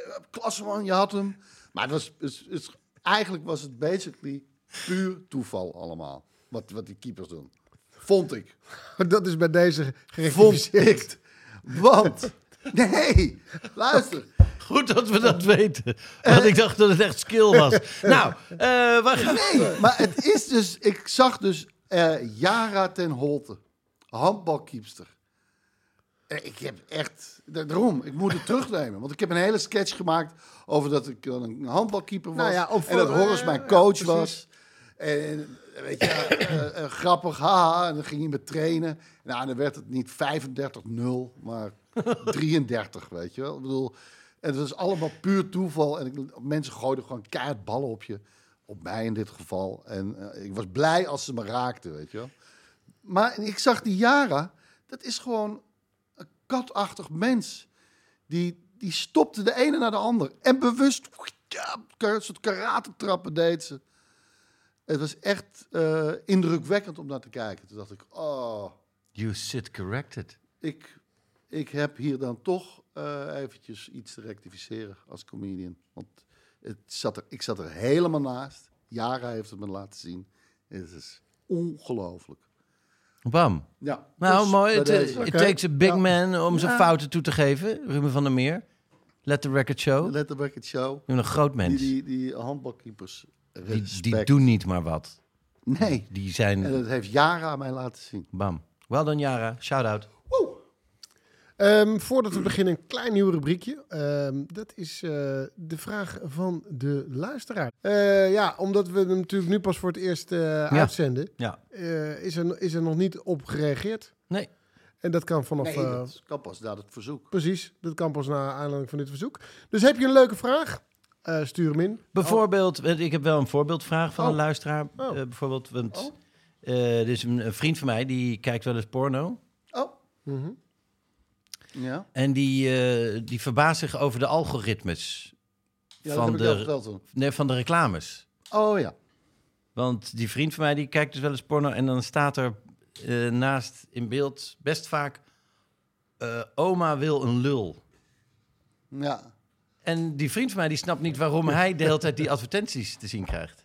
Speaker 7: ja, klasseman, je had hem. Maar het was, het, het, eigenlijk was het basically puur toeval allemaal. Wat, wat die keepers doen. Vond ik.
Speaker 6: Dat is bij deze
Speaker 7: vond
Speaker 6: gerectificeerd.
Speaker 7: ik. Want, nee, luister.
Speaker 5: Goed dat we dat weten. Want ik dacht dat het echt skill was. Nou, eh waar gaan we?
Speaker 7: Nee, maar het is dus, ik zag dus eh Jara ten Holte, handbalkiepster. Eh, Ik heb echt, da- daarom, ik moet het terugnemen. Want ik heb een hele sketch gemaakt over dat ik dan een handbalkeeper was.
Speaker 6: Nou ja, op-
Speaker 7: en dat Horace
Speaker 6: eh,
Speaker 7: mijn
Speaker 6: ja,
Speaker 7: coach
Speaker 6: precies.
Speaker 7: was. En weet je, eh, eh, grappig, haha. En dan ging hij me trainen. Nou, dan werd het niet 35-0, maar 33, weet je wel. Ik bedoel, het was allemaal puur toeval. En ik, mensen gooiden gewoon keihard ballen op je. Op mij in dit geval. En eh, ik was blij als ze me raakten, weet je wel. Maar ik zag die Jara, dat is gewoon een katachtig mens. Die, die stopte de ene naar de ander. En bewust, ja, een soort karate-trappen deed ze. Het was echt eh, indrukwekkend om naar te kijken. Toen dacht ik, oh,
Speaker 5: You sit corrected.
Speaker 7: ik, ik heb hier dan toch eh, eventjes iets te rectificeren als comedian. Want het zat er, ik zat er helemaal naast. Jara heeft het me laten zien. Het is ongelooflijk.
Speaker 5: Bam.
Speaker 7: Ja,
Speaker 5: Nou,
Speaker 7: dus
Speaker 5: mooi.
Speaker 7: bij
Speaker 5: Het
Speaker 7: deze.
Speaker 5: it takes a big man om zijn
Speaker 7: Ja.
Speaker 5: fouten toe te geven. Ruben van der Meer. Let the record show.
Speaker 7: Let the Record Show.
Speaker 5: een groot mens.
Speaker 7: Die,
Speaker 5: Die,
Speaker 7: die, die handbalkeepers.
Speaker 5: die,
Speaker 7: respect.
Speaker 5: doen niet maar wat.
Speaker 7: Nee.
Speaker 5: Die zijn...
Speaker 7: En dat heeft Jara mij laten zien.
Speaker 5: Bam. Well done, Yara. Shout-out.
Speaker 6: Ehm, voordat we beginnen, een klein nieuw rubriekje. Ehm, dat is eh, de vraag van de luisteraar. Eh, ja, omdat we hem natuurlijk nu pas voor het eerst eh, uitzenden,
Speaker 5: Ja.
Speaker 6: eh, is, er, is er nog niet op gereageerd.
Speaker 5: Nee.
Speaker 7: Oh.
Speaker 6: En dat kan vanaf.
Speaker 7: Nee,
Speaker 6: eh,
Speaker 7: dat kan pas na het verzoek.
Speaker 6: precies, dat kan pas na aanleiding van dit verzoek. Dus heb je een leuke vraag? Eh, stuur hem in.
Speaker 5: Bijvoorbeeld, want ik heb wel een voorbeeldvraag van
Speaker 6: Oh.
Speaker 5: een luisteraar.
Speaker 6: Oh.
Speaker 5: Eh, bijvoorbeeld, want
Speaker 7: Oh.
Speaker 5: eh, er is een, een vriend van mij die kijkt wel eens porno.
Speaker 7: Oh,
Speaker 6: Mhm.
Speaker 7: ja.
Speaker 5: En die, eh, die verbaast zich over de algoritmes
Speaker 7: ja dat
Speaker 5: van,
Speaker 7: heb ik al
Speaker 5: de,
Speaker 7: verteld toen.
Speaker 5: nee, van de reclames.
Speaker 7: Oh ja.
Speaker 5: Want die vriend van mij die kijkt dus wel eens porno en dan staat er eh, naast in beeld best vaak eh, oma wil een lul.
Speaker 7: Ja.
Speaker 5: En die vriend van mij die snapt niet waarom hij de hele tijd die advertenties te zien krijgt.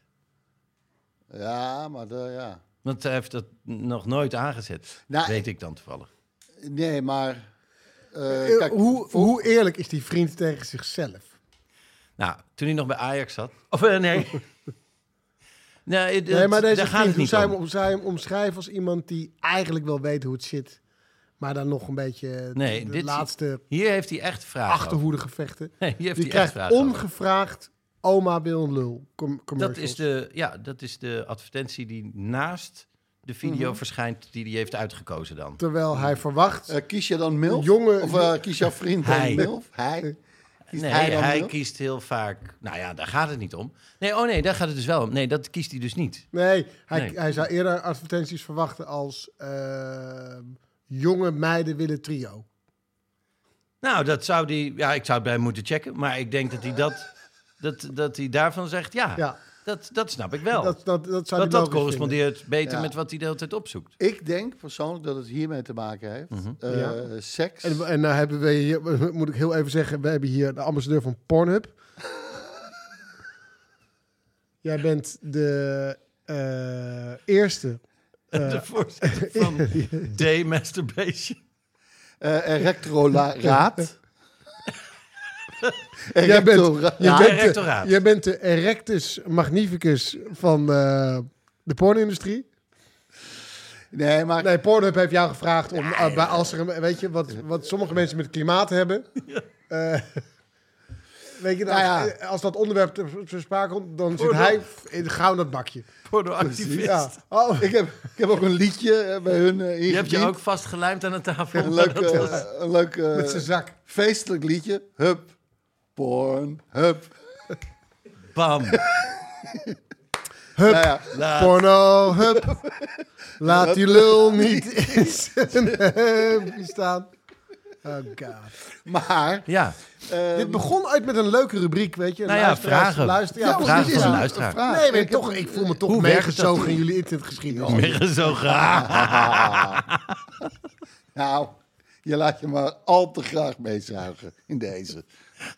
Speaker 7: Ja, maar de, ja.
Speaker 5: Want hij heeft dat nog nooit aangezet.
Speaker 7: Nou,
Speaker 5: weet ik dan toevallig.
Speaker 7: Nee, maar... eh,
Speaker 6: Eh,
Speaker 7: kijk,
Speaker 6: hoe,
Speaker 7: voor-
Speaker 6: hoe eerlijk is die vriend tegen zichzelf?
Speaker 5: Nou, toen hij nog bij Ajax zat. Of eh, nee. nee, het-
Speaker 6: Nee, maar
Speaker 5: het-
Speaker 6: deze
Speaker 5: daar gaat
Speaker 6: vriend,
Speaker 5: het
Speaker 6: hoe
Speaker 5: niet
Speaker 6: zou je
Speaker 5: om.
Speaker 6: hem, hoe zou je hem omschrijven als iemand die eigenlijk wel weet hoe het zit, maar dan nog een beetje eh,
Speaker 5: Nee,
Speaker 6: de
Speaker 5: dit-
Speaker 6: laatste
Speaker 5: Hier heeft hij echt vragen. over.
Speaker 6: achterhoedegevechten.
Speaker 5: Nee, hier heeft
Speaker 6: Die
Speaker 5: hij
Speaker 6: krijgt
Speaker 5: echt vragen. over.
Speaker 6: ongevraagd oma wil een lul com-
Speaker 5: Dat
Speaker 6: commercials.
Speaker 5: is, de, ja, dat is de advertentie die naast de video verschijnt die hij heeft uitgekozen dan.
Speaker 6: Terwijl hij verwacht.
Speaker 7: Eh, kies je dan MILF?
Speaker 6: Jonge- Eh.
Speaker 7: of eh, kies jouw vriend
Speaker 5: Hij.
Speaker 7: dan MILF? Hij. Kiest
Speaker 5: nee,
Speaker 7: hij
Speaker 5: hij,
Speaker 7: dan MILF?
Speaker 5: kiest heel vaak. Nou ja, daar gaat het niet om. Nee, oh nee, daar gaat het dus wel om. Nee, dat kiest hij dus niet.
Speaker 6: Nee, hij,
Speaker 5: Nee.
Speaker 6: hij zou eerder advertenties verwachten als ehm, jonge meiden willen trio.
Speaker 5: Oh. Nou, dat zou die. Ja, ik zou het bij hem moeten checken. Maar ik denk dat hij dat. Dat, dat hij daarvan zegt, ja,
Speaker 6: Ja.
Speaker 5: Dat, dat snap ik wel.
Speaker 6: Dat, dat, dat zou
Speaker 5: dat
Speaker 6: hij
Speaker 5: dat
Speaker 6: logisch
Speaker 5: correspondeert beter
Speaker 7: Ja.
Speaker 5: met wat hij de hele tijd opzoekt.
Speaker 7: Ik denk persoonlijk dat het hiermee te maken heeft. Eh,
Speaker 6: Mhm. Ja.
Speaker 7: Seks.
Speaker 6: vinden. En, en nou hebben we hier, moet ik heel even zeggen, we hebben hier de ambassadeur van Pornhub. Jij bent de eh, eerste.
Speaker 5: de voorzitter van Day Masturbation.
Speaker 7: eh erectorolaat.
Speaker 6: Jij bent, je
Speaker 5: Ja,
Speaker 6: bent de,
Speaker 5: rectoraat.
Speaker 6: jij bent de erectus magnificus van eh, de pornindustrie.
Speaker 7: Nee, maar
Speaker 6: Nee, Pornhub heeft jou gevraagd om, eh, bij- als er een, weet je, wat, wat sommige mensen met het klimaat hebben. Eh, weet je, nou,
Speaker 7: Nou ja.
Speaker 6: als dat onderwerp ter ter sprake komt, dan zit
Speaker 5: Pornhub.
Speaker 6: hij in, gauw in dat bakje.
Speaker 5: Pornoactivist.
Speaker 6: Ja. Oh,
Speaker 7: ik, heb, ik heb ook een liedje eh, bij hun eh,
Speaker 5: Je hebt je
Speaker 7: ingediend.
Speaker 5: ook vastgelijmd aan een tafel.
Speaker 7: Een leuk,
Speaker 5: Dat
Speaker 7: eh,
Speaker 5: was-
Speaker 7: een leuk eh,
Speaker 6: met zijn zak.
Speaker 7: feestelijk liedje. Hup. Porn. Hup.
Speaker 5: Bam.
Speaker 6: Hup,
Speaker 7: Nou ja,
Speaker 6: porno, hup. Laat die lul niet in zijn heup staan. Oh god.
Speaker 7: maar
Speaker 5: Ja.
Speaker 6: Dit begon uit met een leuke rubriek, weet je.
Speaker 5: Nou ja,
Speaker 6: Luisteraars,
Speaker 5: vragen.
Speaker 6: Luister,
Speaker 5: Ja, vragen
Speaker 6: dit
Speaker 5: van
Speaker 6: is
Speaker 5: de
Speaker 6: een-
Speaker 5: luisteraar.
Speaker 6: een vraag. Nee, maar toch, ik voel me toch
Speaker 5: Hoe werkt Oh. dat
Speaker 6: meegezogen
Speaker 5: toen?
Speaker 6: in jullie internetgeschiedenis.
Speaker 5: Meer zo graag.
Speaker 7: nou, je laat je maar al te graag meezuigen in deze.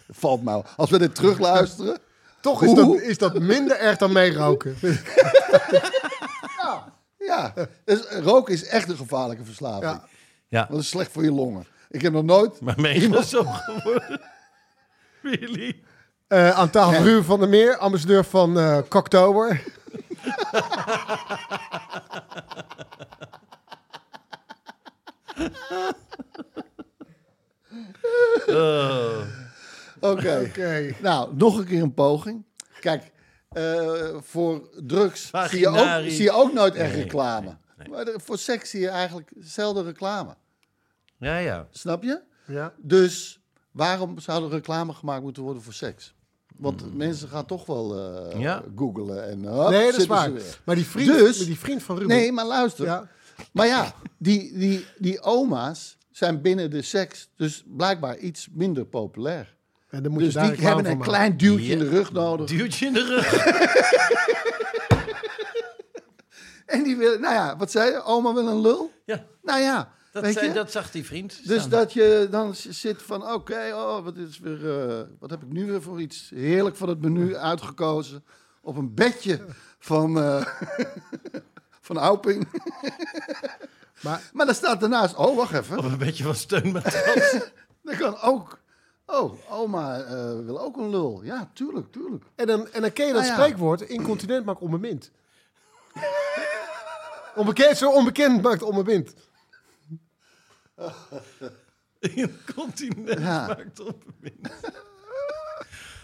Speaker 7: Valt mij op. Als we dit terugluisteren.
Speaker 6: Toch is dat,
Speaker 7: Hoe?
Speaker 6: is dat minder erg dan meeroken.
Speaker 7: Ja, dus roken is echt een gevaarlijke verslaving.
Speaker 6: Ja.
Speaker 5: Ja.
Speaker 7: Want het is slecht voor je longen. Ik heb nog nooit...
Speaker 5: Maar meer zo geworden. Really?
Speaker 6: Eh, aan tafel Ruud van der Meer, ambassadeur van eh Cocktober.
Speaker 7: Oké.
Speaker 6: Oké.
Speaker 7: Nou, nog een keer een poging. Kijk, eh, voor drugs zie je, ook,
Speaker 5: Vaginari.
Speaker 7: zie je ook nooit echt reclame. Maar de- voor seks zie je eigenlijk zelden reclame.
Speaker 5: Ja, ja.
Speaker 7: Snap je?
Speaker 6: Ja.
Speaker 7: Dus waarom zou er reclame gemaakt moeten worden voor seks? Want mensen gaan toch wel eh
Speaker 5: Hmm. Ja.
Speaker 7: googlen en eh, hop,
Speaker 6: Nee, dat is
Speaker 7: zitten ze
Speaker 6: waar.
Speaker 7: weer.
Speaker 6: Maar die vriend,
Speaker 7: Dus-
Speaker 6: die vriend van Ruben...
Speaker 7: Nee, maar luister.
Speaker 6: Ja.
Speaker 7: Maar ja, die, die, die oma's zijn binnen de seks dus blijkbaar iets minder populair.
Speaker 6: En dan moet
Speaker 7: Dus
Speaker 6: je daar
Speaker 7: die hebben een klein duwtje in de rug nodig.
Speaker 5: Duwtje in de rug.
Speaker 7: En die wil, nou ja, wat zei je? Oma wil een lul?
Speaker 5: Ja.
Speaker 7: Nou ja,
Speaker 5: Dat,
Speaker 7: weet
Speaker 5: zei,
Speaker 7: je?
Speaker 5: dat zag die vriend.
Speaker 7: dus
Speaker 5: staan.
Speaker 7: dat je dan z- zit van, oké, oh, wat, is weer, eh, wat heb ik nu weer voor iets heerlijk van het menu uitgekozen? Op een bedje van, eh van Auping.
Speaker 6: Maar-
Speaker 7: maar, maar dan staat daarnaast, oh, wacht even.
Speaker 5: Of een beetje van steun. maar-
Speaker 7: Dat kan ook. Oh, oma eh, wil ook een lul. Ja, tuurlijk, tuurlijk.
Speaker 6: En dan, en dan ken je dat
Speaker 7: Ah, ja.
Speaker 6: spreekwoord, incontinent maakt onbemind. Onbekend, zo onbekend maakt onbemind.
Speaker 5: Een continent
Speaker 7: Ja.
Speaker 5: maakt op een minuut.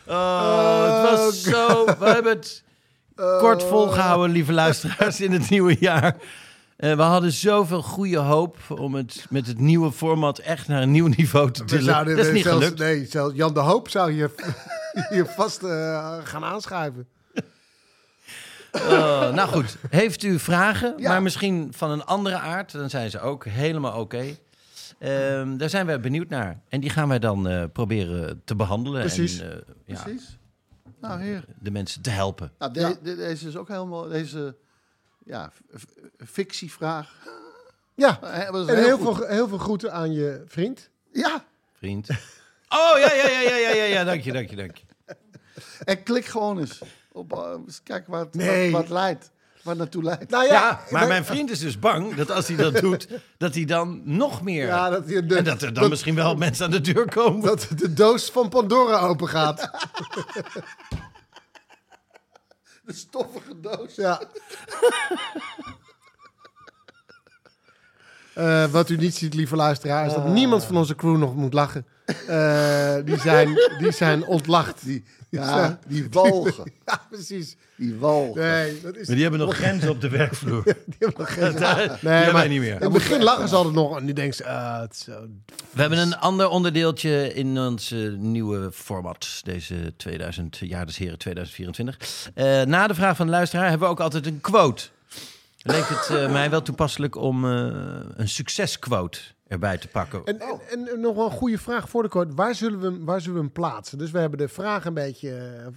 Speaker 5: Oh, het was zo. We hebben het kort
Speaker 7: Oh.
Speaker 5: volgehouden, lieve luisteraars, in het nieuwe jaar. Eh, we hadden zoveel goede hoop om het met het nieuwe format echt naar een nieuw niveau te tillen.
Speaker 6: zouden-
Speaker 5: Dat is niet
Speaker 6: zelfs-
Speaker 5: gelukt.
Speaker 6: Nee, zelfs Jan de Hoop zou je, je vast eh, gaan aanschuiven.
Speaker 5: Oh, nou goed, heeft u vragen,
Speaker 7: Ja.
Speaker 5: maar misschien van een andere aard, dan zijn ze ook helemaal oké. Ehm, daar zijn wij benieuwd naar. En die gaan wij dan eh, proberen te behandelen.
Speaker 6: Precies.
Speaker 5: En, eh, ja,
Speaker 7: Precies. Nou, heer.
Speaker 5: de mensen te helpen.
Speaker 7: Nou, de- de- deze is ook helemaal... Deze, ja, f- f- fictievraag.
Speaker 6: Ja,
Speaker 7: Eh, dat is
Speaker 6: en heel
Speaker 7: goed.
Speaker 6: veel, heel veel groeten aan je vriend.
Speaker 7: Ja,
Speaker 5: vriend. Oh, ja, ja, ja, ja, ja, ja, ja. Dank je, dank je, dank je.
Speaker 7: en klik gewoon eens. Op, eh, eens kijken waar het,
Speaker 6: Nee.
Speaker 7: wat, wat leidt. Waar naartoe leidt.
Speaker 6: Nou
Speaker 5: Ja, maar
Speaker 6: wij-
Speaker 5: mijn vriend is dus bang dat als hij dat doet, dat hij dan nog meer...
Speaker 6: Ja, dat je de-
Speaker 5: en dat er dan
Speaker 6: dat-
Speaker 5: misschien wel mensen aan de deur komen.
Speaker 6: dat de doos van Pandora open gaat.
Speaker 7: De stoffige doos.
Speaker 6: Ja. Eh, wat u niet ziet, lieve luisteraar, is
Speaker 5: Eh.
Speaker 6: dat niemand van onze crew nog moet lachen. Eh, die, zijn, die zijn ontlacht.
Speaker 7: Die, ja, die walgen.
Speaker 6: precies.
Speaker 7: Die wal.
Speaker 6: Nee, dat is...
Speaker 5: Maar die hebben nog grenzen op de werkvloer. die hebben wij niet meer.
Speaker 6: In het begin lachen ze altijd nog en nu denken ze, ah, het is zo...
Speaker 5: We hebben een ander onderdeeltje in ons eh, nieuwe format. Deze 2000, jaar des heren 2024. Eh, na de vraag van de luisteraar hebben we ook altijd een quote. Leek het eh, mij wel toepasselijk om eh, een succesquote erbij te pakken.
Speaker 6: En, en, en, nog wel een goede vraag voor de quote. Waar zullen, we, hem- waar zullen we hem plaatsen? Dus we hebben de vraag een beetje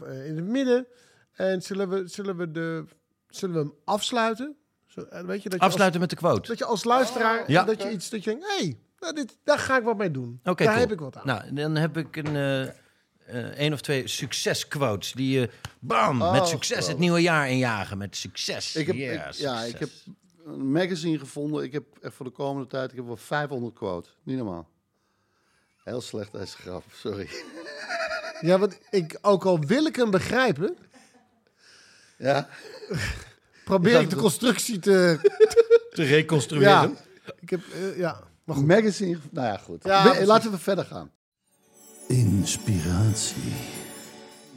Speaker 6: eh, in het midden. En zullen we, zullen we, de, zullen we hem afsluiten? Zo, eh, weet je, dat je als-
Speaker 5: Afsluiten met de quote.
Speaker 6: Dat je als luisteraar,
Speaker 5: Ja.
Speaker 6: dat je iets, dat je denkt, hé, hey, nou, dit- daar ga ik wat mee doen.
Speaker 5: Oké,
Speaker 6: daar
Speaker 5: cool.
Speaker 6: heb ik wat aan.
Speaker 5: Nou, dan heb ik een, eh, eh, één of twee succesquotes die je, bam, met succes het nieuwe jaar injagen. Met succes.
Speaker 7: Oh, Ik heb,
Speaker 5: Yeah,
Speaker 7: ik- ja,
Speaker 5: succes.
Speaker 7: ik heb een magazine gevonden. Ik heb echt voor de komende tijd, ik heb wel 500 quote. Niet normaal. Heel slecht als grap, sorry.
Speaker 6: Ja, want ik, ook al wil ik hem begrijpen,
Speaker 7: Ja,
Speaker 6: probeer ik de constructie te...
Speaker 5: te
Speaker 6: ja,
Speaker 5: reconstrueren.
Speaker 6: ik heb, eh, ja. Maar goed.
Speaker 7: magazine. ge- Nou ja, goed.
Speaker 6: Ja,
Speaker 7: We-
Speaker 6: precies.
Speaker 7: laten we verder gaan.
Speaker 4: Inspiratie.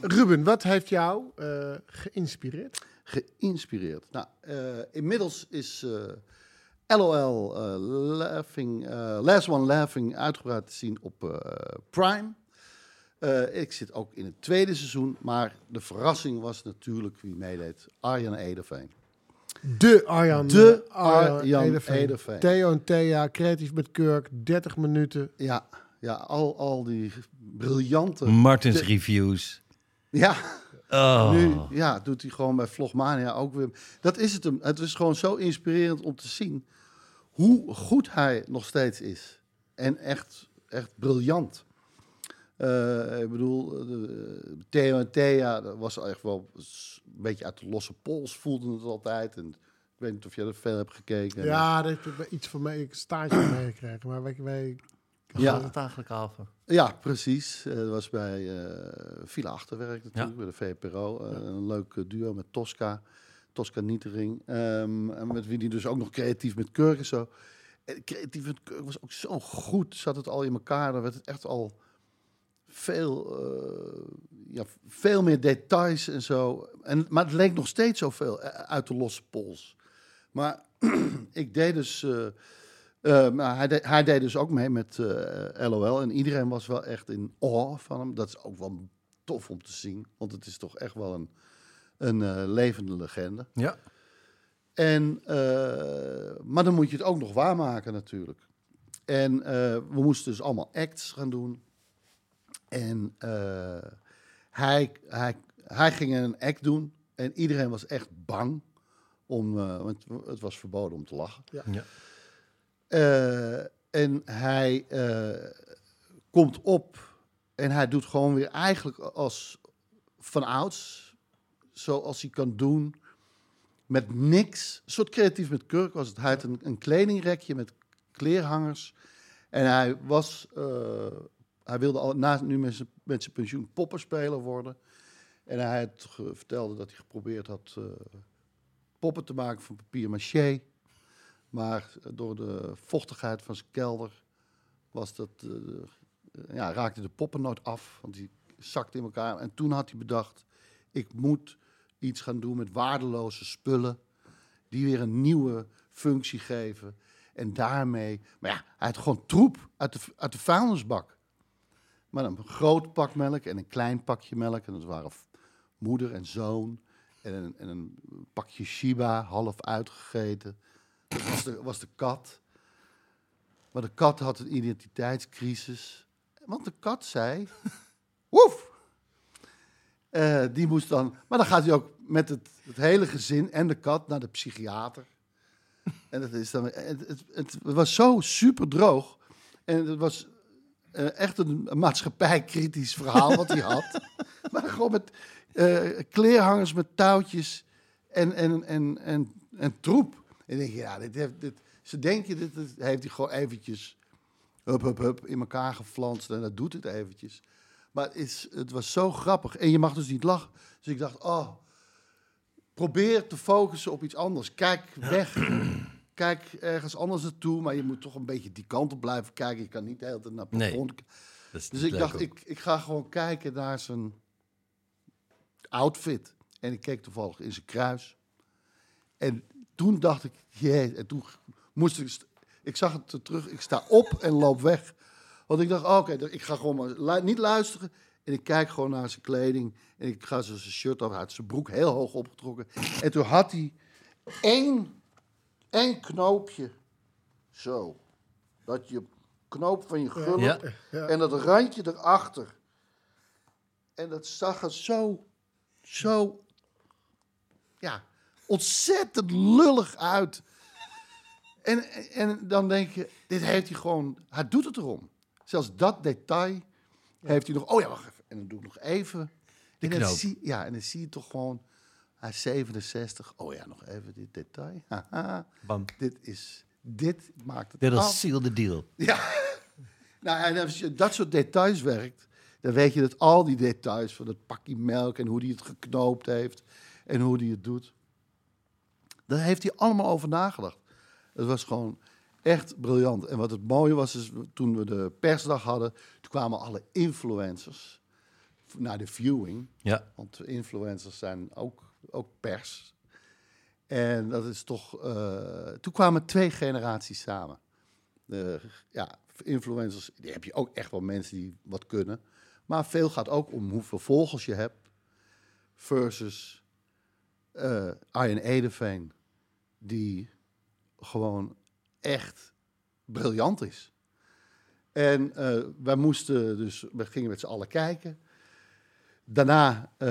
Speaker 6: Ruben, wat heeft jou eh, geïnspireerd?
Speaker 7: Geïnspireerd. Nou, eh, inmiddels is eh, LOL eh, laughing, eh, Last One Laughing uitgebreid te zien op eh, Prime. Eh, ik zit ook in het tweede seizoen, maar de verrassing was natuurlijk wie meedeed. Arjan Ederveen.
Speaker 6: De Arjan.
Speaker 7: De
Speaker 6: eh, Arjan
Speaker 7: Arjan
Speaker 6: Ederveen.
Speaker 7: Ederveen.
Speaker 6: Theo en Thea, creatief met Kurk, 30 minuten.
Speaker 7: Ja, ja al, al die briljante...
Speaker 5: Martins reviews.
Speaker 7: Ja,
Speaker 5: Oh.
Speaker 7: nu ja, doet hij gewoon bij Vlogmania ook weer. Dat is het hem. Het is gewoon zo inspirerend om te zien hoe goed hij nog steeds is. En echt, echt briljant. Eh, ik bedoel, eh, de- Theo en Thea, dat was echt wel s- een beetje uit de losse pols, voelden het altijd. En ik weet niet of jij er veel hebt gekeken.
Speaker 6: Ja, dat heb ik iets van mij, ik staartje van meegekregen. Maar wij, wij,
Speaker 7: ja.
Speaker 5: eigenlijk over?
Speaker 7: Ja, precies. Eh, Dat was bij eh Villa Achterwerk natuurlijk, bij de VPRO. Eh, Een leuk eh, duo met Tosca, Tosca Nietering. Ehm, en met wie die dus ook nog creatief met Kurk en zo. En creatief met Kurk was ook zo goed. Zat het al in elkaar, dan werd het echt al veel, eh, ja, veel meer details en zo. En, maar het leek nog steeds zoveel eh, uit de losse pols. Maar ik deed dus... eh, eh, maar hij, de- hij deed dus ook mee met eh, LOL. En iedereen was wel echt in awe van hem. Dat is ook wel tof om te zien. Want het is toch echt wel een, een eh, levende legende.
Speaker 5: Ja.
Speaker 7: En, eh, maar dan moet je het ook nog waarmaken natuurlijk. En eh, we moesten dus allemaal acts gaan doen. En eh, hij, hij, hij ging een act doen. En iedereen was echt bang. Om, eh, want het was verboden om te lachen.
Speaker 5: Ja.
Speaker 7: Eh, en hij eh, komt op en hij doet gewoon weer eigenlijk als van ouds, zoals hij kan doen, met niks. Een soort creatief met Kurk was het. Hij had een, een kledingrekje met kleerhangers. En hij was, eh, hij wilde al, na, nu met zijn, met zijn pensioen poppenspeler worden. En hij had ge- vertelde dat hij geprobeerd had eh, poppen te maken van papier maché. Maar door de vochtigheid van zijn kelder was dat, eh, ja, raakte de poppen nooit af, want die zakte in elkaar. En toen had hij bedacht, ik moet iets gaan doen met waardeloze spullen, die weer een nieuwe functie geven. En daarmee, maar ja, hij had gewoon troep uit de, uit de vuilnisbak. Maar een groot pak melk en een klein pakje melk. En dat waren v- moeder en zoon. En een, en een pakje Shiba, half uitgegeten. Dat was de, was de kat. Maar de kat had een identiteitscrisis. Want de kat zei... Woef! Eh, die moest dan... Maar dan gaat hij ook met het, het hele gezin en de kat naar de psychiater. En dat is dan, het, het, het was zo super droog. En het was eh, echt een maatschappijkritisch verhaal wat hij had. maar gewoon met eh, kleerhangers met touwtjes en, en, en, en, en troep. En ik denk je, ja, dit heeft, dit, ze denken, dit, dit heeft hij gewoon eventjes hup, hup, hup, in elkaar geflanst. En dat doet het eventjes. Maar het, is, het was zo grappig. En je mag dus niet lachen. Dus ik dacht, oh, probeer te focussen op iets anders. Kijk weg. Kijk ergens anders naartoe. Maar je moet toch een beetje die kant op blijven kijken. Je kan niet de hele tijd naar het
Speaker 5: Nee.
Speaker 7: plafond k-
Speaker 5: Dat is
Speaker 7: Dus
Speaker 5: niet
Speaker 7: ik
Speaker 5: leuk
Speaker 7: dacht,
Speaker 5: ook.
Speaker 7: ik, ik ga gewoon kijken naar zijn outfit. En ik keek toevallig in zijn kruis. En toen dacht ik, jee, en toen moest ik... st- Ik zag het er terug, ik sta op en loop weg. Want ik dacht, oké, d- ik ga gewoon maar lu- niet luisteren. En ik kijk gewoon naar zijn kleding. En ik ga zo zijn shirt af, hij had zijn broek heel hoog opgetrokken. En toen had hij één, één knoopje, zo. Dat je knoop van je gulp
Speaker 5: Ja.
Speaker 7: en dat randje erachter. En dat zag er zo, zo, ja, ontzettend lullig uit. En, en dan denk je, dit heeft hij gewoon, hij doet het erom. Zelfs dat detail heeft hij nog, oh ja, wacht even. En dan doe ik nog even. en dan
Speaker 5: knoop.
Speaker 7: zie, ja, en dan zie je toch gewoon, hij is 67, oh ja, nog even dit detail. Haha.
Speaker 5: Bam.
Speaker 7: Dit is, dit maakt het
Speaker 5: Dit
Speaker 7: af.
Speaker 5: is seal the deal.
Speaker 7: Nou, en als je dat soort details werkt, dan weet je dat al die details van het pakje melk en hoe die het geknoopt heeft en hoe die het doet. Daar heeft hij allemaal over nagedacht. Het was gewoon echt briljant. En wat het mooie was, is toen we de persdag hadden, toen kwamen alle influencers naar de viewing.
Speaker 5: Ja.
Speaker 7: Want influencers zijn ook, ook pers. En dat is toch. eh, toen kwamen twee generaties samen. De, ja, influencers, die heb je ook echt wel mensen die wat kunnen. Maar veel gaat ook om hoeveel volgers je hebt. Versus eh Arjen Edeveen, die gewoon echt briljant is. En eh, wij moesten dus, we gingen met z'n allen kijken. Daarna eh,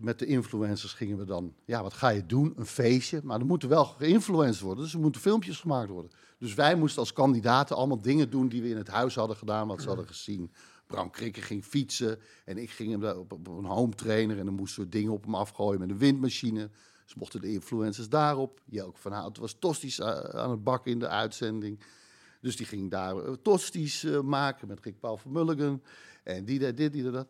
Speaker 7: met de influencers gingen we dan, ja, wat ga je doen? Een feestje. Maar er moeten wel geïnfluenced worden, dus er moeten filmpjes gemaakt worden. Dus wij moesten als kandidaten allemaal dingen doen die we in het huis hadden gedaan, wat ze hadden gezien. Bram Krikke ging fietsen en ik ging hem daar op, op een home trainer en dan moesten we dingen op hem afgooien met een windmachine. Dus mochten de influencers daarop. Jelk van Hout was tosties eh, aan het bakken in de uitzending. Dus die ging daar eh, tosties eh, maken met Rick Paul van Mulligan. En die deed dit, die deed dat.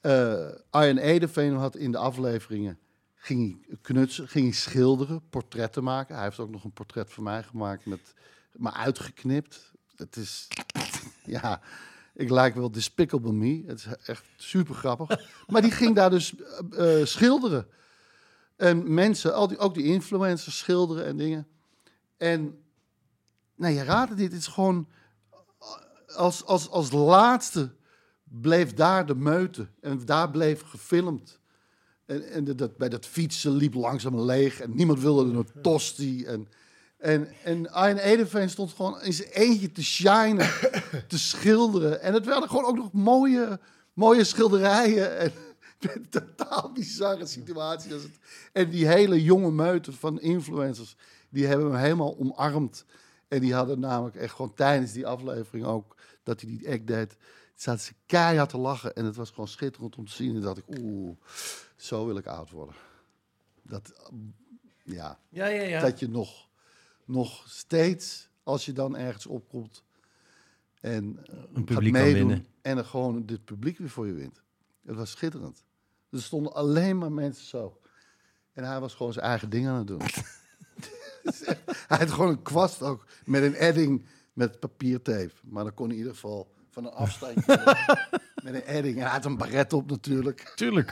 Speaker 7: Eh Arjen Edeveen had in de afleveringen... ging hij knutsen, ging hij schilderen, portretten maken. Hij heeft ook nog een portret van mij gemaakt, met, maar uitgeknipt. Het is... ja, ik lijk wel Despicable Me. Het is echt super grappig. maar die ging daar dus eh, eh, schilderen. En mensen, al die, ook die influencers schilderen en dingen. En nou, je raadt het niet. Het is gewoon als, als, als laatste bleef daar de meute. En daar bleef gefilmd. En, en dat- dat, bij dat fietsen liep langzaam leeg. En niemand wilde een tosti. En, en, en Arjen Edeveen stond gewoon in zijn eentje te shinen. te schilderen. En het werden gewoon ook nog mooie, mooie schilderijen. En een totaal bizarre situatie. was het. En die hele jonge meute van influencers... die hebben hem helemaal omarmd. En die hadden namelijk echt gewoon tijdens die aflevering ook... dat hij die act deed zaten ze keihard te lachen. En het was gewoon schitterend om te zien. En dacht ik, oeh, zo wil ik oud worden. Dat, ja,
Speaker 5: Ja, ja, ja.
Speaker 7: dat je nog, nog steeds, als je dan ergens opkomt... en eh, gaat
Speaker 5: publiek kan
Speaker 7: meedoen
Speaker 5: winnen.
Speaker 7: en er gewoon dit publiek weer voor je wint. Het was schitterend. Er stonden alleen maar mensen zo. En hij was gewoon zijn eigen ding aan het doen. Het is echt- hij had gewoon een kwast ook met een edding met papiertape. Maar dan kon hij in ieder geval van een afstandje met een edding. En hij had een baret op natuurlijk.
Speaker 5: Tuurlijk.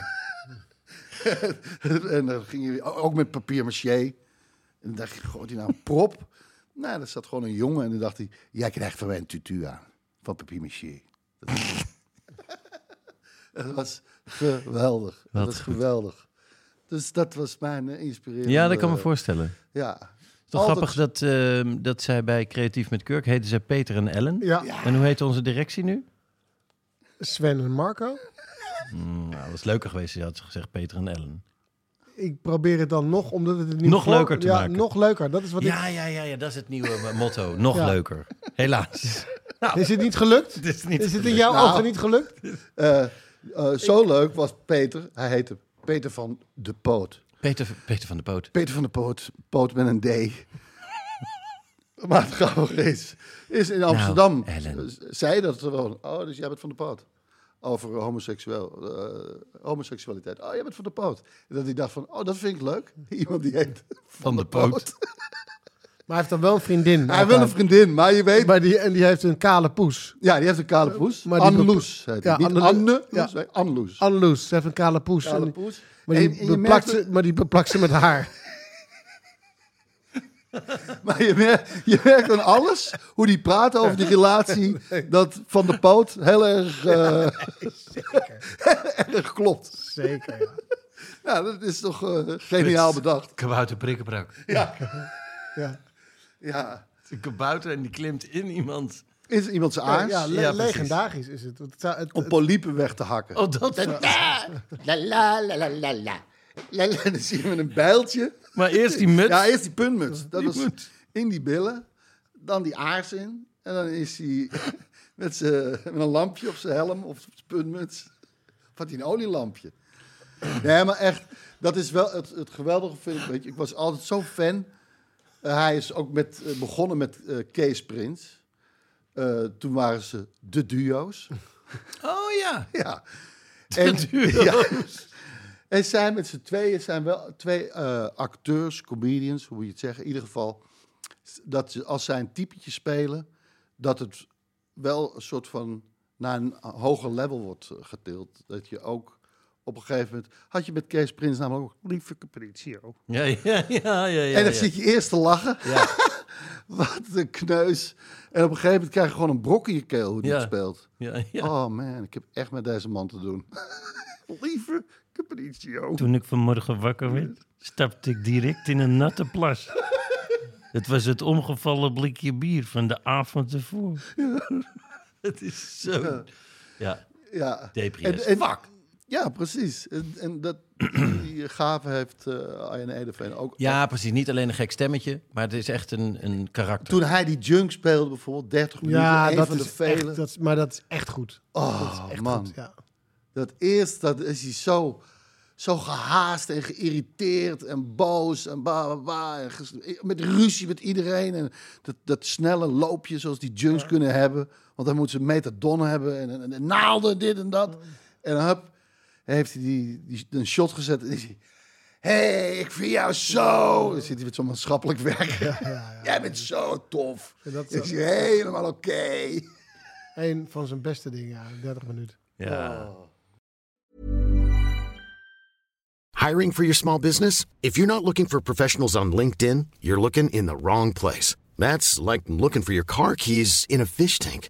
Speaker 7: en dan ging hij ook met papier maché. En dan dacht je, gooit hij nou een prop? nou, daar zat gewoon een jongen en dan dacht hij... Jij krijgt van mij een tutu aan. Van papier maché. Dat was geweldig.
Speaker 5: Wat
Speaker 7: dat was
Speaker 5: goed.
Speaker 7: geweldig. Dus dat was mijn eh, inspirerende... eh,
Speaker 5: Ja, dat kan me voorstellen.
Speaker 7: Ja.
Speaker 5: Het is toch
Speaker 7: Altijd-
Speaker 5: grappig dat, ehm, dat zij bij Creatief met Kurk heten zij Peter en Ellen.
Speaker 6: Ja.
Speaker 5: En hoe heet onze directie nu?
Speaker 6: Sven en Marco.
Speaker 5: Nou, dat was leuker geweest als je had gezegd Peter en Ellen.
Speaker 6: Ik probeer het dan nog, omdat het een nieuw
Speaker 5: Nog
Speaker 6: voor-
Speaker 5: leuker te
Speaker 6: ja,
Speaker 5: maken.
Speaker 6: nog leuker. Dat is wat
Speaker 5: Ja, ja, ja, ja, dat is het nieuwe motto. Nog
Speaker 6: Ja.
Speaker 5: leuker. Helaas.
Speaker 6: ik... Is het niet gelukt?
Speaker 5: Dit is niet
Speaker 6: nou, Is het in
Speaker 5: gelukt.
Speaker 6: jouw
Speaker 7: Nou.
Speaker 6: ogen niet gelukt?
Speaker 7: Eh, eh, zo leuk was Peter. Hij heette Peter van de Poot.
Speaker 5: Peter, Peter van de Poot.
Speaker 7: Peter van de Poot, Poot met een D. maar het grappige is, is in
Speaker 6: Nou,
Speaker 7: Amsterdam
Speaker 5: Ellen.
Speaker 7: z- zei dat gewoon. Oh, dus jij bent van de Poot. Over homoseksueel, eh, homoseksualiteit. Oh, jij bent van de Poot. En dat hij dacht van, oh, dat vind ik leuk. Iemand die heet
Speaker 5: Van de Poot.
Speaker 6: hij heeft dan wel een vriendin.
Speaker 7: Hij wil een vriendin, maar je weet...
Speaker 6: Maar die, en die heeft een kale poes.
Speaker 7: Ja, die heeft een kale poes.
Speaker 6: Maar die
Speaker 7: Anloes heet die.
Speaker 6: Ja,
Speaker 7: Niet
Speaker 6: Anneloes.
Speaker 7: Anne,
Speaker 6: Ja.
Speaker 7: Loes, nee, Anloes.
Speaker 6: Anneloes, ze heeft een kale poes.
Speaker 7: Kale
Speaker 6: En-
Speaker 7: poes.
Speaker 6: Maar, die
Speaker 7: En- en je
Speaker 6: beplakt
Speaker 7: merkt-
Speaker 6: ze, maar die beplakt ze met haar.
Speaker 7: Maar je merkt, je merkt aan alles, hoe die praten over die relatie, dat Van der Poot heel erg, eh, erg klopt.
Speaker 6: Zeker, ja.
Speaker 7: Ja, dat is toch eh, geniaal bedacht.
Speaker 5: Kabouter prikkenbrak.
Speaker 6: ja.
Speaker 7: Ja.
Speaker 5: Een kabouter en die klimt in iemand.
Speaker 7: Is iemand zijn aars
Speaker 6: Ja, le-
Speaker 5: Ja, precies.
Speaker 6: legendarisch is het. Want het, zou- het-
Speaker 7: om poliepen weg te hakken?
Speaker 5: Oh, dat
Speaker 7: La la la la la la. La, la. Dan zien we een bijltje.
Speaker 5: Maar eerst die muts.
Speaker 7: Ja, eerst die puntmuts. Dat
Speaker 5: Die
Speaker 7: was
Speaker 5: muts.
Speaker 7: in die billen. Dan die aars in. En dan is hij met, z'n- met een lampje op zijn helm of op zijn puntmuts. Of had hij een olielampje? Nee, maar echt. Dat is wel het, het geweldige, vind ik. Weet je, ik was altijd zo'n fan. Eh, hij is ook met, eh, begonnen met eh, Kees Prins. Eh, toen waren ze de duo's.
Speaker 5: Oh ja.
Speaker 7: Ja. En, ja. en zijn met z'n tweeën zijn wel twee eh, acteurs, comedians, hoe moet je het zeggen. In ieder geval, s- dat ze, als zij een typetje spelen, dat het wel een soort van naar een hoger level wordt eh, getild. Dat je ook op een gegeven moment. Had je met Kees Prins namelijk ook. Lieve Capriccio.
Speaker 5: Ja, ja, ja, ja. ja,
Speaker 7: en dan
Speaker 5: ja.
Speaker 7: zit je eerst te lachen.
Speaker 5: Ja.
Speaker 7: Wat een kneus. En op een gegeven moment krijg je gewoon een brok in je keel hoe die
Speaker 5: Ja.
Speaker 7: het speelt.
Speaker 5: Ja, ja.
Speaker 7: Oh man, ik heb echt met deze man te doen. Lieve Capriccio.
Speaker 8: Toen ik vanmorgen wakker werd, stapte ik direct in een natte plas. Het was het omgevallen blikje bier van de avond ervoor.
Speaker 5: Het is zo... Ja,
Speaker 7: Ja.
Speaker 5: deprimerend.
Speaker 7: En- en-
Speaker 5: Fuck.
Speaker 7: Ja, precies. En, en dat, die gave heeft eh Arjen Edeveen ook.
Speaker 5: Ja, precies. Niet alleen een gek stemmetje, maar het is echt een, een karakter.
Speaker 7: Toen hij die junk speelde bijvoorbeeld, 30 minuten,
Speaker 6: ja,
Speaker 7: een
Speaker 6: dat
Speaker 7: van de
Speaker 6: is
Speaker 7: vele.
Speaker 6: echt, dat, is- maar dat is echt goed.
Speaker 7: oh
Speaker 6: Echt
Speaker 7: man,
Speaker 6: goed, ja.
Speaker 7: dat eerst dat is hij zo, zo gehaast en geïrriteerd en boos en ba ba ba. En ges- met ruzie met iedereen en dat, dat snelle loopje zoals die junks kunnen hebben. Want dan moeten ze metadon hebben en, en, en naalden dit en dat. En hup, heeft hij die, die, een shot gezet en is hij... hey, ik vind jou zo... Dan zit hij met zo'n maatschappelijk werk. Jij bent zo tof.
Speaker 6: Ja,
Speaker 7: dat
Speaker 6: dat
Speaker 7: is
Speaker 6: is-
Speaker 7: helemaal oké.
Speaker 6: Een van zijn beste dingen, ja, 30 minuten.
Speaker 5: ja.
Speaker 9: Hiring for your small business? If you're not looking for professionals on LinkedIn, you're looking in the wrong place. That's like looking for your car keys in a fish tank.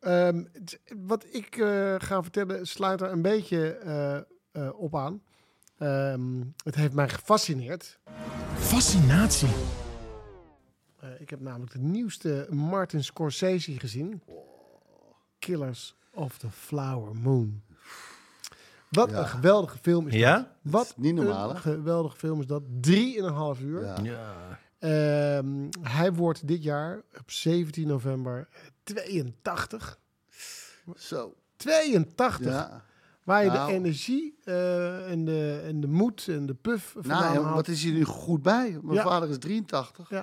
Speaker 6: Ehm, het- wat ik eh, ga vertellen sluit er een beetje eh, eh, op aan. Ehm, het heeft mij gefascineerd.
Speaker 2: Fascinatie.
Speaker 6: Eh, ik heb namelijk de nieuwste Martin Scorsese gezien. Killers of the Flower Moon. Wat een geweldige film is
Speaker 5: Ja?
Speaker 6: dat. Wat
Speaker 7: niet normaal,
Speaker 6: een
Speaker 7: hè?
Speaker 6: geweldige film is dat. Drieënhalf uur.
Speaker 7: Ja.
Speaker 6: Ehm, hij wordt dit jaar op 17 november 82.
Speaker 7: zo.
Speaker 6: 82!
Speaker 7: Ja.
Speaker 6: Waar je
Speaker 7: Nou.
Speaker 6: de energie eh, en, de, en de moed en de puff vandaan
Speaker 7: Nou, en
Speaker 6: haalt.
Speaker 7: wat is hier nu goed bij? Mijn
Speaker 6: Ja.
Speaker 7: vader is 83.
Speaker 6: Ja.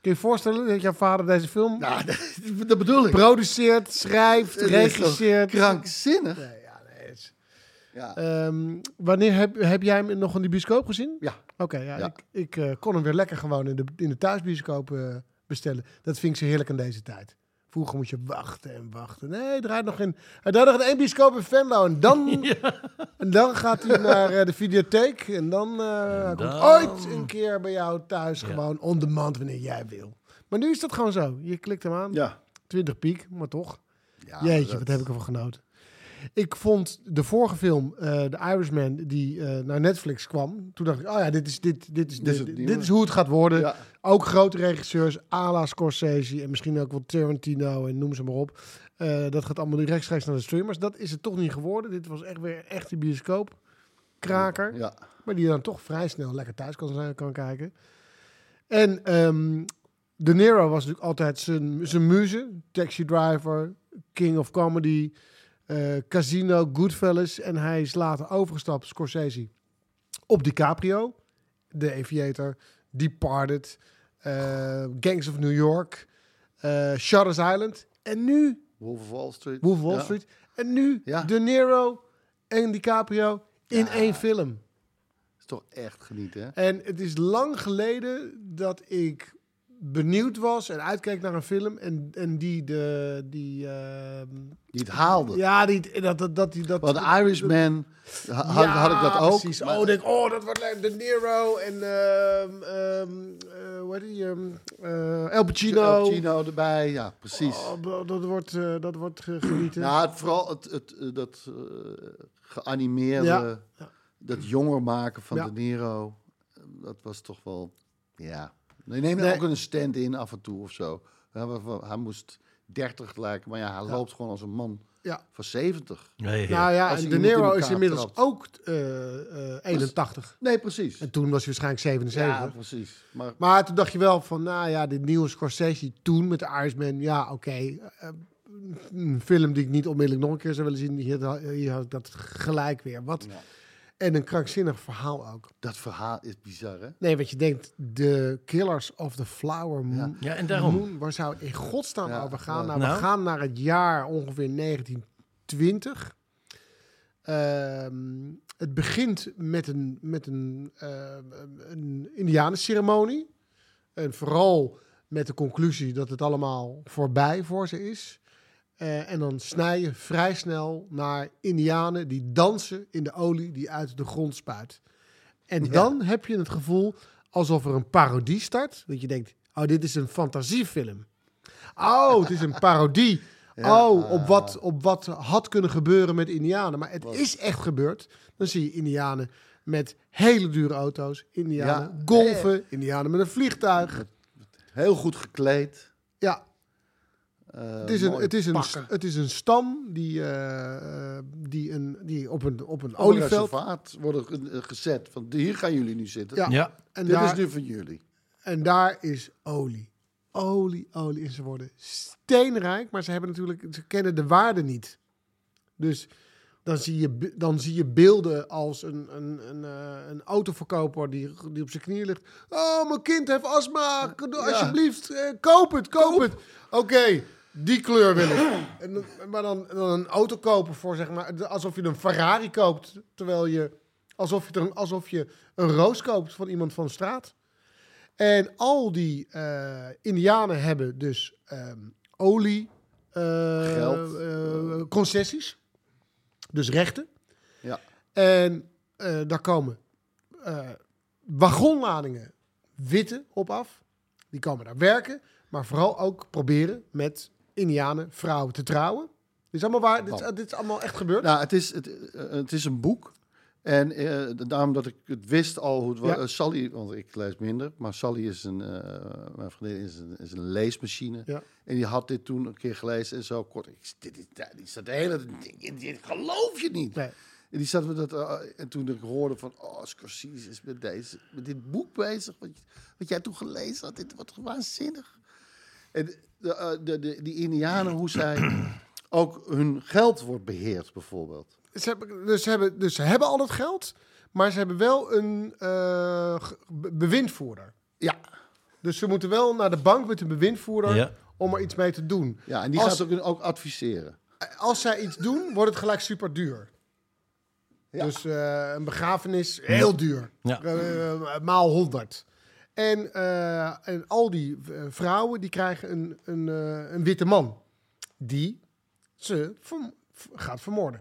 Speaker 6: Kun je je voorstellen dat jouw vader deze film
Speaker 7: Nou, dat, dat bedoel ik.
Speaker 6: produceert, schrijft,
Speaker 7: Dat is toch
Speaker 6: regisseert?
Speaker 7: Krankzinnig.
Speaker 6: Nee, ja, nee, het is-
Speaker 7: Ja.
Speaker 6: Ehm, wanneer heb, heb jij hem nog in de bioscoop gezien?
Speaker 7: Ja.
Speaker 6: Oké, ja,
Speaker 7: Ja.
Speaker 6: ik, ik eh, kon hem weer lekker gewoon in de, in de thuisbioscoop eh, bestellen. Dat vind ik zo heerlijk in deze tijd. Vroeger moest je wachten en wachten. Nee, hij draait nog in, hij draait nog in één bioscoop in Venlo. En dan, en dan gaat hij naar eh, de videotheek. En dan, eh, hij komt
Speaker 5: dan-
Speaker 6: ooit een keer bij jou thuis gewoon on demand wanneer jij wil. Maar nu is dat gewoon zo. Je klikt hem aan.
Speaker 7: Ja.
Speaker 6: 20 piek, maar toch.
Speaker 7: Ja,
Speaker 6: Jeetje,
Speaker 7: dat-
Speaker 6: wat heb ik ervan genoten. Ik vond de vorige film, eh The Irishman, die eh, naar Netflix kwam. Toen dacht ik, oh ja, dit is, dit, dit is,
Speaker 7: Dit
Speaker 6: dit,
Speaker 7: is
Speaker 6: dit,
Speaker 7: het nieuwe.
Speaker 6: is hoe het gaat worden.
Speaker 7: Ja.
Speaker 6: Ook grote regisseurs, à la Scorsese en misschien ook wel Tarantino en noem ze maar op. Eh, dat gaat allemaal nu rechtstreeks naar de streamers. Dat is het toch niet geworden. Dit was echt weer een echte bioscoop. Kraker.
Speaker 7: Ja.
Speaker 6: Maar die je dan toch vrij snel lekker thuis kan, zijn- kan kijken. En ehm, De Niro was natuurlijk altijd zijn, zijn muze. Taxi Driver, King of Comedy, eh, Casino, Goodfellas. En hij is later overgestapt, Scorsese, op DiCaprio. The Aviator, Departed, eh, Gangs of New York, eh Shutter's Island. En nu
Speaker 7: Wolf of Wall Street.
Speaker 6: Wolf of Wall
Speaker 7: Ja.
Speaker 6: Street. En nu
Speaker 7: Ja.
Speaker 6: De Niro en DiCaprio in één film.
Speaker 7: is toch echt genieten, hè?
Speaker 6: En het is lang geleden dat ik benieuwd was en uitkeek naar een film en, en die de die ehm,
Speaker 7: Die het haalde.
Speaker 6: ja die dat dat dat die dat
Speaker 7: Want Irishman ha- had,
Speaker 6: Ja,
Speaker 7: had ik dat ook.
Speaker 6: precies.
Speaker 7: maar-
Speaker 6: Oh, denk oh dat wordt leuk. De Niro en ehm ehm eh, hoe heet die ehm, eh, El Pacino.
Speaker 7: Al Pacino erbij, ja, precies.
Speaker 6: Oh, dat- dat wordt eh, dat wordt ge- genieten.
Speaker 7: Nou, het- vooral het, het, eh, dat eh, geanimeerde,
Speaker 6: Ja.
Speaker 7: dat jonger maken van
Speaker 6: Ja.
Speaker 7: De Niro, eh, dat was toch wel, ja. Nee, neem dan
Speaker 6: Nee.
Speaker 7: ook een stand-in af en toe of zo. Hij, wa- wa- hij moest 30 lijken, maar ja, hij loopt gewoon als een man
Speaker 6: Ja.
Speaker 7: van 70.
Speaker 5: Nee,
Speaker 6: nou ja, en
Speaker 7: Als hij
Speaker 6: De
Speaker 7: iemand in
Speaker 6: Niro is
Speaker 7: elkaar
Speaker 6: inmiddels
Speaker 7: trapt.
Speaker 6: ook eh, eh, 81.
Speaker 7: Nee, precies.
Speaker 6: En toen was hij waarschijnlijk 77.
Speaker 7: Ja, precies. Maar,
Speaker 6: Maar toen dacht je wel van, nou ja, dit nieuwe Scorsese toen met de Irishman, ja, oké. eh, een film die ik niet onmiddellijk nog een keer zou willen zien, hier, had- hier had ik dat gelijk weer. Wat? En een krankzinnig verhaal ook.
Speaker 7: dat verhaal is bizar, hè?
Speaker 6: Nee, wat je denkt, de Killers of the Flower Moon.
Speaker 5: Ja, en daarom.
Speaker 6: Moon, waar zou het in godsnaam
Speaker 7: Ja,
Speaker 6: over gaan?
Speaker 7: ja.
Speaker 6: Nou,
Speaker 5: Nou.
Speaker 6: we gaan naar het jaar ongeveer 1920. Ehm, het begint met een, met een, ehm, een indianenceremonie. En vooral met de conclusie dat het allemaal voorbij voor ze is. Eh, en dan snij je vrij snel naar indianen die dansen in de olie die uit de grond spuit. En dan heb je het gevoel alsof er een parodie start. Dat je denkt, oh, dit is een fantasiefilm. Oh, het is een parodie. oh, op wat, op wat had kunnen gebeuren met indianen. Maar het is echt gebeurd. Dan zie je indianen met hele dure auto's. Indianen
Speaker 7: Ja.
Speaker 6: golven. Indianen met een vliegtuig.
Speaker 7: Heel goed gekleed.
Speaker 6: Ja,
Speaker 7: eh,
Speaker 6: het is een,
Speaker 7: mooi
Speaker 6: het is een,
Speaker 7: pakken.
Speaker 6: het is een stam die, eh, eh, die, een, die op een, op een
Speaker 7: Op een
Speaker 6: olieveld...
Speaker 7: reservaat worden ge- eh, gezet. Van hier gaan jullie nu zitten.
Speaker 6: Ja.
Speaker 5: Ja.
Speaker 6: En
Speaker 7: Dit
Speaker 6: daar,
Speaker 7: is nu van jullie.
Speaker 6: En daar is olie. Olie, olie. En ze worden steenrijk, maar ze hebben natuurlijk, ze kennen de waarde niet. Dus dan zie je, be- dan zie je beelden als een, een, een, eh, een autoverkoper die, die op zijn knieën ligt. Oh, mijn kind heeft astma. Kan- Alsjeblieft, eh, koop het, koop, het. Oké, die kleur wil ik. En, dan- maar dan, dan een auto kopen voor, zeg maar, alsof je een Ferrari koopt. Terwijl je, alsof je, er een- alsof je een roos koopt van iemand van de straat. En al die eh, indianen hebben dus ehm, olie, eh,
Speaker 7: Geld.
Speaker 6: eh, concessies, dus rechten.
Speaker 7: Ja.
Speaker 6: En eh, daar komen eh, wagonladingen witte op af. Die komen daar werken, maar vooral ook proberen met indianen vrouwen te trouwen. Dit is allemaal waar, dit, dit is allemaal echt gebeurd.
Speaker 7: Nou, het is, het, eh, het is een boek. En eh, daarom dat ik het wist al hoe het was.
Speaker 6: Ja.
Speaker 7: eh, Sally, want ik lees minder. Maar Sally is een, eh, mijn vriendin is een, is een leesmachine.
Speaker 6: Ja.
Speaker 7: En die had dit toen een keer gelezen en zo kort. Ik, dit, is die staat de hele ding in. Dit geloof je niet.
Speaker 6: Nee.
Speaker 7: En die zat met dat, eh, en toen ik hoorde van, oh, Scorsese is met, deze, met dit boek bezig, wat, wat jij toen gelezen had, dit wordt waanzinnig. En de, eh, de, de, die Indianen, hoe zij ook hun geld wordt beheerd, bijvoorbeeld.
Speaker 6: Ze hebben, dus, ze hebben, dus ze hebben al dat geld, maar ze hebben wel een eh, ge- be- bewindvoerder.
Speaker 7: Ja.
Speaker 6: Dus ze moeten wel naar de bank met een bewindvoerder
Speaker 5: Ja.
Speaker 6: om er iets mee te doen.
Speaker 7: Ja, en die
Speaker 6: als,
Speaker 7: gaat ook, ook adviseren.
Speaker 6: als zij iets doen, wordt het gelijk super duur. Dus eh, een begrafenis, heel duur.
Speaker 5: Ja.
Speaker 6: Eh, maal 100. En, eh, en al die eh, vrouwen die krijgen een, een, eh, een witte man. Die ze verm- v- gaat vermoorden.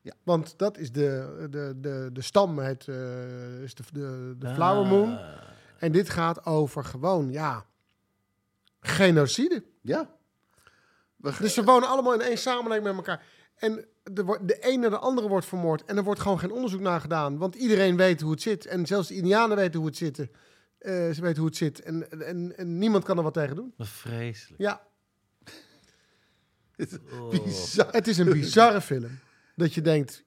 Speaker 6: Ja. Want dat is de, de, de, de stam, het, eh, is de, de, de Flower Moon. En dit gaat over gewoon, ja, genocide.
Speaker 7: Ja. We,
Speaker 6: Dus ze wonen allemaal in één samenleving met elkaar. En de, wo- de een naar de andere wordt vermoord. En er wordt gewoon geen onderzoek naar gedaan. Want iedereen weet hoe het zit. En zelfs de Indianen weten hoe het zit. Eh, ze weten hoe het zit. En, en, en niemand kan er wat tegen doen.
Speaker 5: Wat vreselijk.
Speaker 6: Ja,
Speaker 7: bizar.
Speaker 6: het is een bizarre film. Dat je denkt,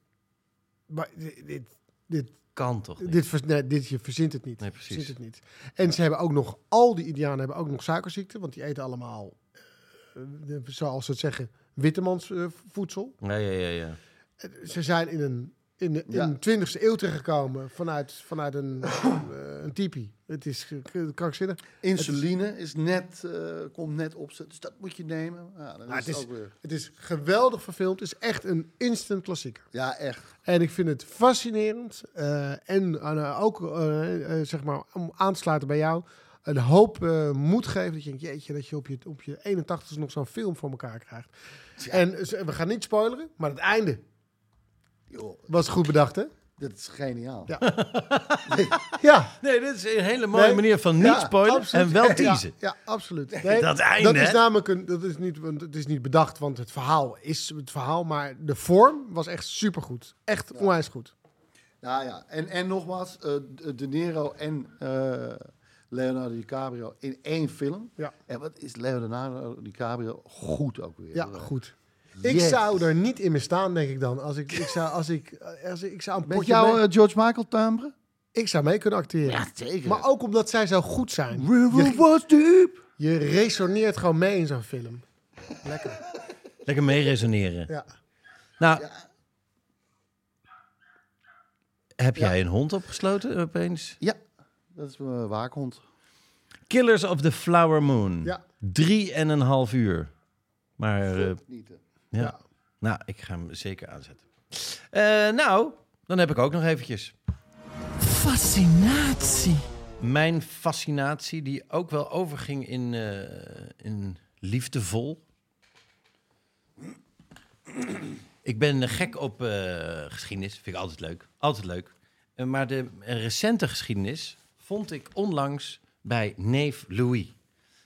Speaker 6: maar dit, dit, dit
Speaker 5: kan toch niet?
Speaker 6: Dit, vers- nee, dit, je verzint het niet.
Speaker 5: Nee, precies.
Speaker 6: Verzint het niet. En ze hebben ook nog, al die Indianen hebben ook nog suikerziekte, want die eten allemaal, eh, de- zoals ze het zeggen, wittemans eh, voedsel.
Speaker 5: Ja, ja, ja, ja.
Speaker 6: Ze zijn in een in de,
Speaker 7: Ja.
Speaker 6: in de 20e eeuw terechtgekomen vanuit, vanuit een, eh, een tipi. Het is ge- ge- krankzinnig.
Speaker 7: Insuline is net, eh, komt net op, dus dat moet je nemen. Ja, dan
Speaker 6: Maar
Speaker 7: is
Speaker 6: Ah, het,
Speaker 7: het
Speaker 6: is,
Speaker 7: ook weer.
Speaker 6: het is geweldig verfilmd. Het is echt een instant klassieker.
Speaker 7: Ja, echt.
Speaker 6: En ik vind het fascinerend. eh, en eh, ook, eh, eh, zeg maar, om aan te sluiten bij jou, een hoop eh, moed geven. Dat je denkt, jeetje, dat je op je, op je 81ste nog zo'n film voor elkaar krijgt. En eh, ze- we gaan niet spoileren, maar het einde
Speaker 7: Joh,
Speaker 6: was goed bedacht, hè?
Speaker 7: dit is geniaal.
Speaker 6: Ja. Ja.
Speaker 5: Nee, dit is een hele mooie
Speaker 6: Nee.
Speaker 5: manier van niet
Speaker 6: Ja,
Speaker 5: spoilen
Speaker 6: absoluut.
Speaker 5: en wel
Speaker 6: Ja,
Speaker 5: teasen.
Speaker 6: Ja, absoluut. Nee,
Speaker 5: dat einde,
Speaker 6: Dat
Speaker 5: hè?
Speaker 6: is namelijk een, dat is niet, want het is niet bedacht, want het verhaal is het verhaal, maar de vorm was echt supergoed. Echt onwijs goed.
Speaker 7: Ja, ja. En, en nogmaals, eh, De- De Niro en eh, Leonardo DiCaprio in één film.
Speaker 6: Ja.
Speaker 7: En wat is Leonardo DiCaprio goed ook weer.
Speaker 6: Ja,
Speaker 7: Eh,
Speaker 6: goed. Ik
Speaker 7: Yes.
Speaker 6: zou er niet in bestaan, denk ik dan. Als ik, ik zou, als ik, als ik, ik zou een
Speaker 7: Met
Speaker 6: potje
Speaker 7: jouw
Speaker 6: mee-
Speaker 7: eh, George Michael timbre?
Speaker 6: ik zou mee kunnen acteren.
Speaker 7: Ja, zeker.
Speaker 6: Maar ook omdat zij zo goed zijn.
Speaker 7: River
Speaker 6: Je,
Speaker 7: was deep.
Speaker 6: je resoneert gewoon mee in zo'n film. Lekker.
Speaker 5: Lekker mee resoneren.
Speaker 6: Ja.
Speaker 5: Nou, heb jij een hond opgesloten opeens?
Speaker 7: Ja, dat is mijn waakhond.
Speaker 5: Killers of the Flower Moon.
Speaker 6: Ja.
Speaker 5: Drie en een half uur. Maar eh,
Speaker 7: Niet, hè.
Speaker 5: ja. nou, ik ga hem zeker aanzetten. Eh, nou, dan heb ik ook nog eventjes.
Speaker 3: Fascinatie.
Speaker 5: Mijn fascinatie, die ook wel overging in, eh, in liefdevol. Ik ben gek op eh, geschiedenis, vind ik altijd leuk. Altijd leuk. Eh, maar de eh, recente geschiedenis vond ik onlangs bij neef Louis.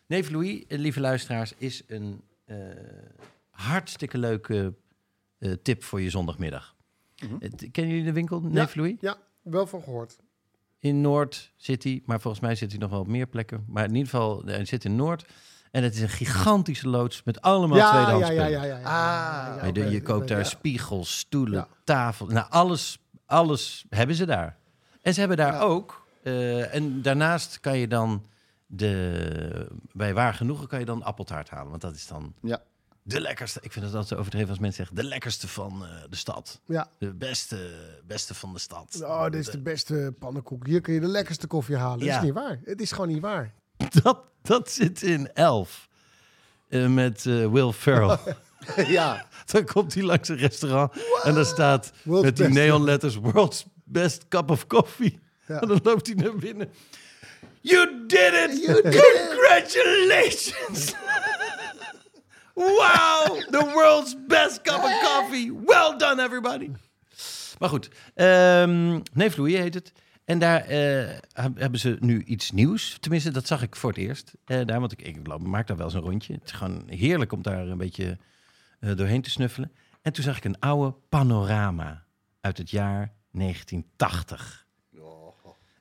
Speaker 5: Neef Louis, eh, lieve luisteraars, is een eh, hartstikke leuke eh, tip voor je zondagmiddag. Het- kennen jullie de winkel, neef Louis?
Speaker 6: Mhm. Ja, wel van gehoord.
Speaker 5: in Noord zit hij, maar volgens mij zit hij nog wel op meer plekken. Maar in ieder geval, eh, hij zit in Noord. En het is een gigantische loods met allemaal
Speaker 6: Ja, ja,
Speaker 5: tweedehands
Speaker 6: ja, ja,
Speaker 5: spullen.
Speaker 6: ja, ja. Ah,
Speaker 5: Hij doet- je koopt daar
Speaker 6: ja.
Speaker 5: spiegels, stoelen,
Speaker 6: Ja.
Speaker 5: tafel. Nou, alles, alles hebben ze daar. En ze hebben daar ook. eh, en daarnaast kan je dan de, bij waar genoegen kan je dan appeltaart halen. Want dat is dan
Speaker 7: Ja.
Speaker 5: de lekkerste. Ik vind het altijd zo overdreven als mensen zeggen de lekkerste van eh, de stad.
Speaker 6: Ja.
Speaker 5: De beste, beste van de stad.
Speaker 6: Oh, dit is de beste pannenkoek. Hier kun je de lekkerste koffie halen. Dat
Speaker 5: Ja.
Speaker 6: is niet waar. Het is gewoon niet waar.
Speaker 5: Dat, dat zit in Elf. Eh, met eh, Will Ferrell.
Speaker 7: ja.
Speaker 5: dan komt hij langs een restaurant en daar staat
Speaker 6: World's
Speaker 5: met die
Speaker 6: best.
Speaker 5: neonletters... World's best cup of coffee. En dan loopt hij naar binnen. You did it! You did Congratulations! wow! The world's best cup of coffee. Well done, everybody. Maar goed, ehm Neef Louis heet het. En daar eh, heb- hebben ze nu iets nieuws. Tenminste, dat zag ik voor het eerst. Eh, daar, want ik, ik loop- maak daar wel eens een rondje. Het is gewoon heerlijk om daar een beetje eh, doorheen te snuffelen. En toen zag ik een oude panorama uit het jaar 1980.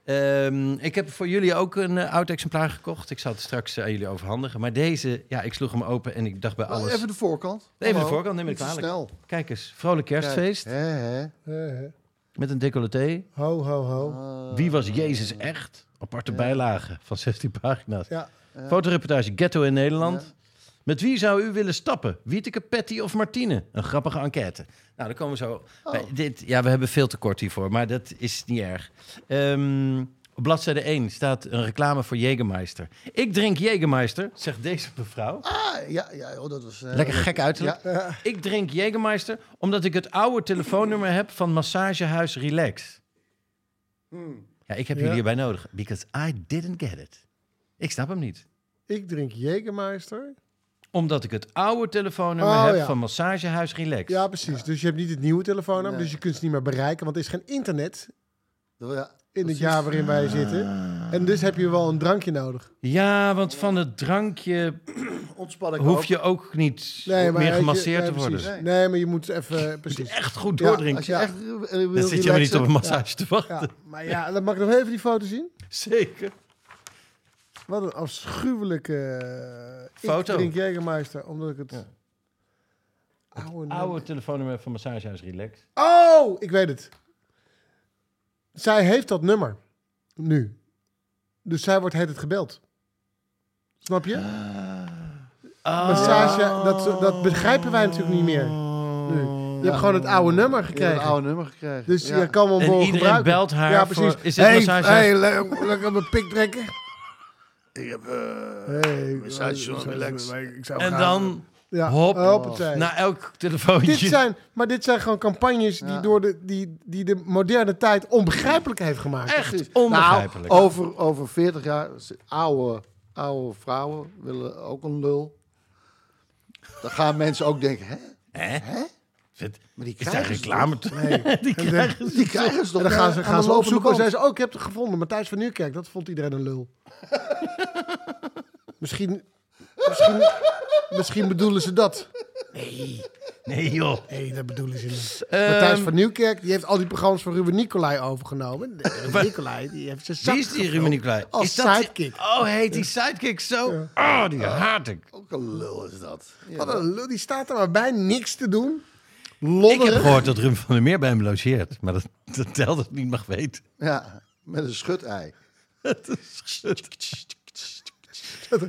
Speaker 5: Ehm, ik heb voor jullie ook een eh, oud exemplaar gekocht. Ik zal het straks eh, aan jullie overhandigen. Maar deze, ja, ik sloeg hem open en ik dacht bij alles...
Speaker 7: Oh, Even de voorkant.
Speaker 5: Even de
Speaker 7: Hallo.
Speaker 5: voorkant, neem
Speaker 7: Niet
Speaker 5: ik
Speaker 7: zo
Speaker 5: kwalijk.
Speaker 7: snel.
Speaker 5: Kijk eens, vrolijk kerstfeest
Speaker 7: Hè, hè.
Speaker 6: Eh, eh.
Speaker 5: met een decolleté.
Speaker 6: Ho, ho,
Speaker 7: Ah.
Speaker 6: ho.
Speaker 5: Wie was Jezus echt? Aparte bijlage van 16 pagina's.
Speaker 6: Ja.
Speaker 5: Fotoreportage Ghetto in Nederland. Met wie zou u willen stappen? Wieteke, Patty of Martine? Een grappige enquête. Nou, dan komen we zo. bij Dit, ja, we hebben veel tekort hiervoor, maar dat is niet erg. Ehm, op bladzijde 1 staat een reclame voor Jägermeister. Ik drink Jägermeister, zegt deze mevrouw.
Speaker 7: Ah, ja, ja oh, dat was... eh,
Speaker 5: Lekker gek uiterlijk. Ik drink Jägermeister omdat ik het oude telefoonnummer heb van massagehuis Relax.
Speaker 6: Hmm.
Speaker 5: Ja, ik heb jullie hierbij nodig. Because I didn't get it. Ik snap hem niet.
Speaker 6: Ik drink Jägermeister.
Speaker 5: Omdat ik het oude telefoonnummer
Speaker 6: Oh,
Speaker 5: heb
Speaker 6: ja.
Speaker 5: van massagehuis Relax.
Speaker 6: Ja, precies. Dus je hebt niet het nieuwe telefoonnummer, dus je kunt ze niet meer bereiken, want er is geen internet
Speaker 7: Ja,
Speaker 6: in het jaar waarin wij zitten. En dus heb je wel een drankje nodig.
Speaker 5: Ja, want van het drankje
Speaker 7: ontspan ik
Speaker 5: hoef
Speaker 7: ook.
Speaker 5: je ook niet
Speaker 6: weet
Speaker 5: meer
Speaker 6: je-
Speaker 5: gemasseerd
Speaker 6: nee,
Speaker 5: te worden.
Speaker 6: precies. Nee, maar je moet even... Precies.
Speaker 5: Echt goed
Speaker 6: Ja,
Speaker 5: doordrinken.
Speaker 7: Als je
Speaker 6: Ja.
Speaker 7: echt eh, wil
Speaker 5: Dan zit je maar niet
Speaker 7: relaxen.
Speaker 5: op een massage te wachten.
Speaker 6: Ja, maar ja, dan mag ik nog even die foto zien.
Speaker 5: Zeker.
Speaker 6: Wat een afschuwelijke... eh,
Speaker 5: Foto.
Speaker 6: Ik drink Jägermeister, omdat ik het... Oude...
Speaker 5: Ah, Oude telefoonnummer van massagehuis Relax.
Speaker 6: Oh, ik weet het. Zij heeft dat nummer nu. Dus zij wordt heet het gebeld. Snap je?
Speaker 5: Ah.
Speaker 6: Want Sasha, dat, dat begrijpen wij natuurlijk niet meer. Nu. Je hebt gewoon het oude nummer
Speaker 7: Ik heb
Speaker 6: gekregen.
Speaker 7: een oude nummer gekregen.
Speaker 6: Dus
Speaker 7: ja.
Speaker 6: je kan wel
Speaker 5: En
Speaker 6: mogen
Speaker 5: iedereen
Speaker 6: gebruiken.
Speaker 5: belt haar
Speaker 6: Ja,
Speaker 5: voor-
Speaker 6: precies.
Speaker 5: is dit
Speaker 6: Hey,
Speaker 5: massage?
Speaker 6: hey, le- lekker mijn pik trekken.
Speaker 7: Ik heb... eh,
Speaker 6: Hey,
Speaker 7: Massage, jongen, relax.
Speaker 6: Ik zou
Speaker 5: En
Speaker 6: graag-
Speaker 5: dan
Speaker 6: ja.
Speaker 5: hop. Nou,
Speaker 6: hoppatee.
Speaker 5: na elk telefoontje.
Speaker 6: dit zijn, maar dit zijn gewoon campagnes die, door de, die, die de moderne tijd onbegrijpelijk heeft gemaakt.
Speaker 5: echt
Speaker 7: Nou,
Speaker 5: onbegrijpelijk.
Speaker 7: over, over 40 jaar, oude, oude vrouwen willen ook een lul. Dan gaan mensen ook denken, hè?
Speaker 5: Hè? Zit-
Speaker 7: Maar die
Speaker 5: Is daar
Speaker 7: krijgen ze
Speaker 5: reclame toe? die krijgen
Speaker 7: toch? Die krijgen ze toch?
Speaker 6: En dan gaan ze,
Speaker 7: eh,
Speaker 6: gaan
Speaker 7: aan
Speaker 6: ze
Speaker 7: de lopende
Speaker 6: opzoeken en
Speaker 7: band.
Speaker 6: zeggen ze... Oh, ik heb het gevonden. Matthijs van Nieuwkerk. Dat vond iedereen een lul. misschien, misschien, misschien bedoelen ze dat.
Speaker 5: Nee joh.
Speaker 6: Nee, dat bedoelen ze niet. Matthijs van Nieuwkerk die heeft al die programma's van Ruben Nicolai overgenomen. De- Ruben Nicolai die heeft zijn zak
Speaker 5: Wie is die
Speaker 6: gevuld
Speaker 5: Ruben Nicolai?
Speaker 6: Als
Speaker 5: Is dat die-
Speaker 6: sidekick.
Speaker 5: Oh, heet die sidekick zo? Oh, die haat ik.
Speaker 7: Ook een lul is dat. Ja.
Speaker 6: Wat een lul. Die staat er maar bij niks te doen.
Speaker 5: Ik heb
Speaker 6: Lodderig.
Speaker 5: gehoord dat Rum van der Meer bij hem logeert. Maar dat, dat telt dat ik niet mag weten.
Speaker 7: Ja, met een schutei.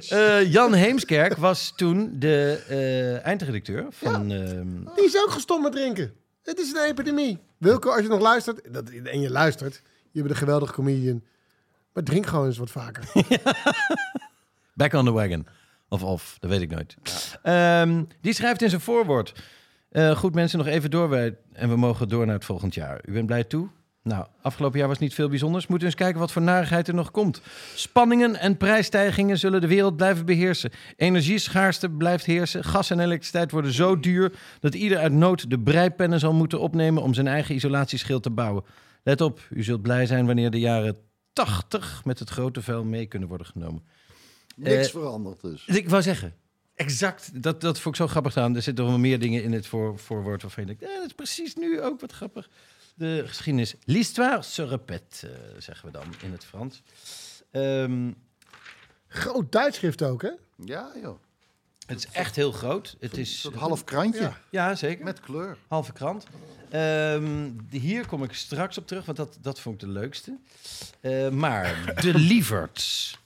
Speaker 5: Eh, Jan Heemskerk was toen de eh, eindredacteur van... ehm,
Speaker 6: Die is ook gestopt met drinken. Het is een epidemie. Wilco, als je nog luistert, dat, en je luistert, je bent een geweldige comedian. Maar drink gewoon eens wat vaker.
Speaker 5: Back on the wagon. Of off, dat weet ik nooit. Ehm, die schrijft in zijn voorwoord. eh, goed mensen, nog even door. wij- En we mogen door naar het volgend jaar. U bent blij toe? Nou, afgelopen jaar was niet veel bijzonders. Moeten we eens kijken wat voor narigheid er nog komt. Spanningen en prijsstijgingen zullen de wereld blijven beheersen. Energieschaarste blijft heersen. Gas en elektriciteit worden zo duur dat ieder uit nood de breipennen zal moeten opnemen om zijn eigen isolatieschild te bouwen. Let op, u zult blij zijn wanneer de jaren 80 met het grote vuil mee kunnen worden genomen.
Speaker 7: Niks
Speaker 5: Eh,
Speaker 7: veranderd dus.
Speaker 5: Dus Ik wou zeggen, exact. Dat, dat vond ik zo grappig aan. Er zitten nog wel meer dingen in het voor, voorwoord waarvan je denkt... eh, dat is precies nu ook wat grappig. De geschiedenis. L'histoire se répète, eh, zeggen we dan in het Frans. Ehm,
Speaker 6: Groot tijdschrift ook, hè?
Speaker 7: Ja, joh.
Speaker 5: het is echt heel groot. Het is...
Speaker 7: Dat half krantje.
Speaker 5: Ja, zeker.
Speaker 7: Met kleur.
Speaker 5: Halve krant. Ehm, de- hier kom ik straks op terug, want dat, dat vond ik de leukste. Eh, maar de lieverts.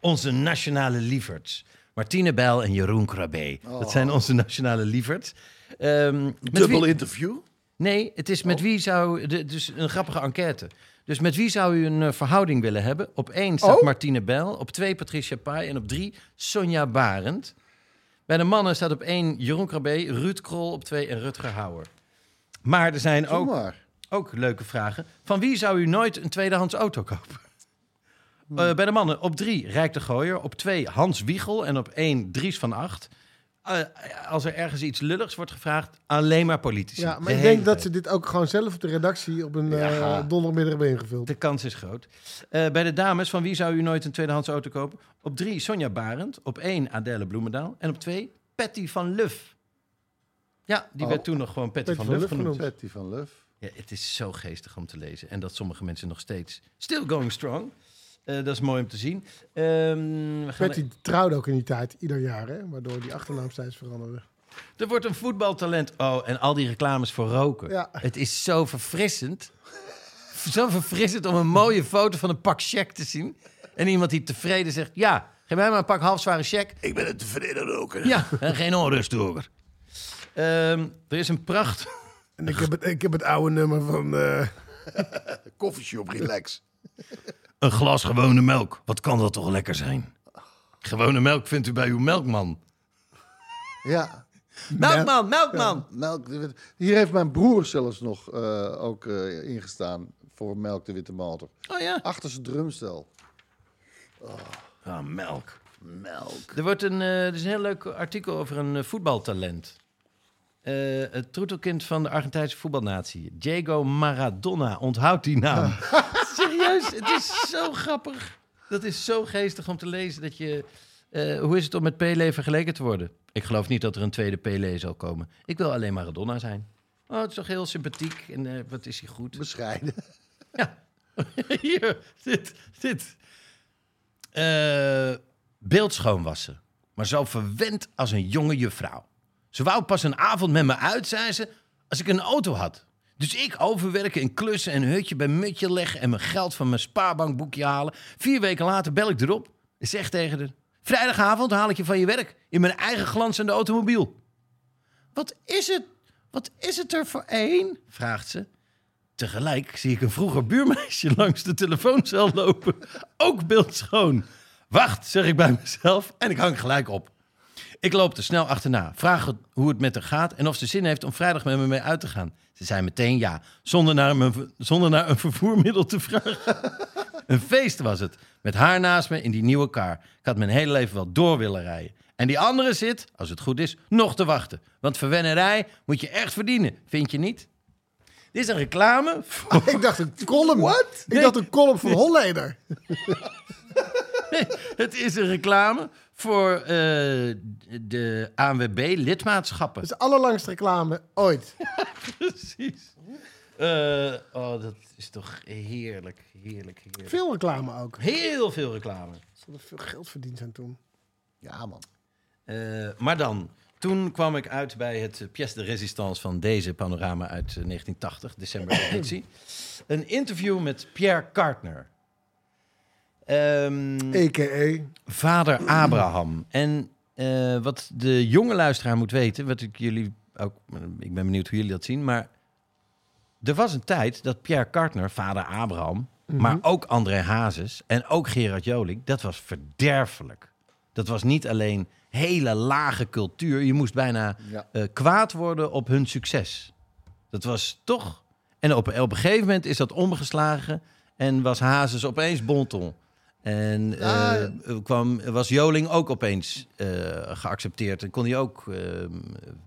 Speaker 5: Onze nationale lieverts. Martine Bijl en Jeroen Krabbe. Dat zijn onze nationale lieverts. Ehm, met
Speaker 7: Dubbel
Speaker 5: wie-
Speaker 7: interview.
Speaker 5: Nee, het is met wie zou... de- Dus een grappige enquête. Dus met wie zou u een eh, verhouding willen hebben? Op één staat
Speaker 6: Oh.
Speaker 5: Martine Bijl. Op twee Patricia Pai. En op drie Sonja Barend. Bij de mannen staat op één Jeroen Krabbe, Ruud Krol op twee en Rutger Hauer. Maar er zijn
Speaker 7: Doe
Speaker 5: ook,
Speaker 7: maar.
Speaker 5: ook leuke vragen. Van wie zou u nooit een tweedehands auto kopen?
Speaker 6: Hmm.
Speaker 5: Eh, bij de mannen op drie Rijk de Gooier, op twee Hans Wiegel en op één Dries van Acht. Eh, als er ergens iets lulligs wordt gevraagd, alleen maar politici.
Speaker 6: Ja,
Speaker 5: De
Speaker 6: maar ik
Speaker 5: hele
Speaker 6: denk dat
Speaker 5: tijd.
Speaker 6: ze dit ook gewoon zelf op de redactie op een
Speaker 7: Ja.
Speaker 6: eh, donderdagmiddag hebben ingevuld.
Speaker 5: De kans is groot. Eh, bij de dames, van wie zou u nooit een tweedehands auto kopen? Op drie Sonja Barend, op één Adèle Bloemendaal en op twee Patty van Luf. Ja, die
Speaker 7: Oh.
Speaker 5: werd toen nog gewoon Patty,
Speaker 6: Patty
Speaker 5: van,
Speaker 6: van
Speaker 5: Luf
Speaker 6: Luf
Speaker 5: genoemd.
Speaker 6: genoemd.
Speaker 7: Betty van Luf.
Speaker 5: Ja, het is zo geestig om te lezen. En dat sommige mensen nog steeds still going strong. Eh, dat is mooi om te zien. Ehm, we gaan
Speaker 6: Patty trouwde ook in die tijd, ieder jaar, hè? Waardoor die achternaam steeds veranderde.
Speaker 5: Er wordt een voetbaltalent. Oh, en al die reclames voor roken.
Speaker 6: Ja.
Speaker 5: Het is zo verfrissend. zo verfrissend om een mooie foto van een pak check te zien. En iemand die tevreden zegt: Ja, geef mij maar een pak halfzware check.
Speaker 7: Ik ben een tevreden roker.
Speaker 5: Ja, en geen onrust over. Ehm, er is een pracht.
Speaker 6: En ik heb het, ik heb het oude nummer van... eh,
Speaker 7: Koffieshop, relax.
Speaker 5: Een glas gewone melk. Wat kan dat toch lekker zijn? Gewone melk vindt u bij uw melkman.
Speaker 7: Ja.
Speaker 5: Melkman, melkman.
Speaker 7: Melk de Witte- Hier heeft mijn broer zelfs nog eh, ook eh, ingestaan voor Melk de Witte Malter.
Speaker 5: Oh ja.
Speaker 7: Achter zijn drumstel.
Speaker 5: Ah, melk.
Speaker 7: Melk.
Speaker 5: Er, wordt een, eh, er is een heel leuk artikel over een eh, voetbaltalent. Eh, het troetelkind van de Argentijnse voetbalnatie. Diego Maradona. Onthoud die naam. Serieus, het is zo grappig. Dat is zo geestig om te lezen. Dat je, eh, hoe is het om met Pele vergeleken te worden? Ik geloof niet dat er een tweede Pele zal komen. Ik wil alleen Maradona zijn. Oh, het is toch heel sympathiek. En eh, wat is hij goed?
Speaker 7: Bescheiden.
Speaker 5: Ja. Hier, dit, dit. Eh, beeld schoonwassen. Maar zo verwend als een jonge juffrouw. Ze wou pas een avond met me uit, zei ze, als ik een auto had. Dus ik overwerken en klussen en een hutje bij mutje leggen en mijn geld van mijn spaarbankboekje halen. Vier weken later bel ik erop en zeg tegen haar: Vrijdagavond haal ik je van je werk in mijn eigen glanzende automobiel. Wat is het? Wat is het er voor één? vraagt ze. Tegelijk zie ik een vroeger buurmeisje langs de telefooncel lopen. Ook beeldschoon. Wacht, zeg ik bij mezelf en ik hang gelijk op. Ik loop er snel achterna, vraag het- hoe het met haar gaat en of ze zin heeft om vrijdag met me mee uit te gaan. Ze zei meteen ja, zonder naar, me, zonder naar een vervoermiddel te vragen. een feest was het, met haar naast me in die nieuwe kar. Ik had mijn hele leven wel door willen rijden. En die andere zit, als het goed is, nog te wachten. Want verwennerij moet je echt verdienen, vind je niet? Dit is een reclame voor
Speaker 6: Ik dacht een column. Wat? Ik
Speaker 5: Nee.
Speaker 6: dacht een column van Holleder.
Speaker 5: Het is een reclame voor eh, de ANWB-lidmaatschappen.
Speaker 6: Dat is de allerlangste reclame ooit.
Speaker 5: Precies. Eh, oh, dat is toch heerlijk, heerlijk, heerlijk.
Speaker 6: Veel reclame ook. Er
Speaker 5: Heel veel reclame.
Speaker 6: is veel geld verdiend zijn toen.
Speaker 7: Ja, man.
Speaker 5: Eh, maar dan, toen kwam ik uit bij het eh, pièce de résistance van deze panorama uit eh, 1980, december editie. Een interview met Pierre Kartner. Ehm,
Speaker 6: EKE.
Speaker 5: vader Abraham. En eh, wat de jonge luisteraar moet weten, wat ik jullie ook, eh, ik ben benieuwd hoe jullie dat zien, maar er was een tijd dat Pierre Kartner, vader Abraham, maar ook André Hazes en ook Gerard Joling, dat was verderfelijk. Dat was niet alleen hele lage cultuur, je moest bijna
Speaker 7: Ja.
Speaker 5: eh, kwaad worden op hun succes. Dat was toch. En op, op een gegeven moment is dat omgeslagen en was Hazes opeens bonton.
Speaker 7: Ah,
Speaker 5: En eh, kwam, was Joling ook opeens eh, geaccepteerd en kon hij ook. eh,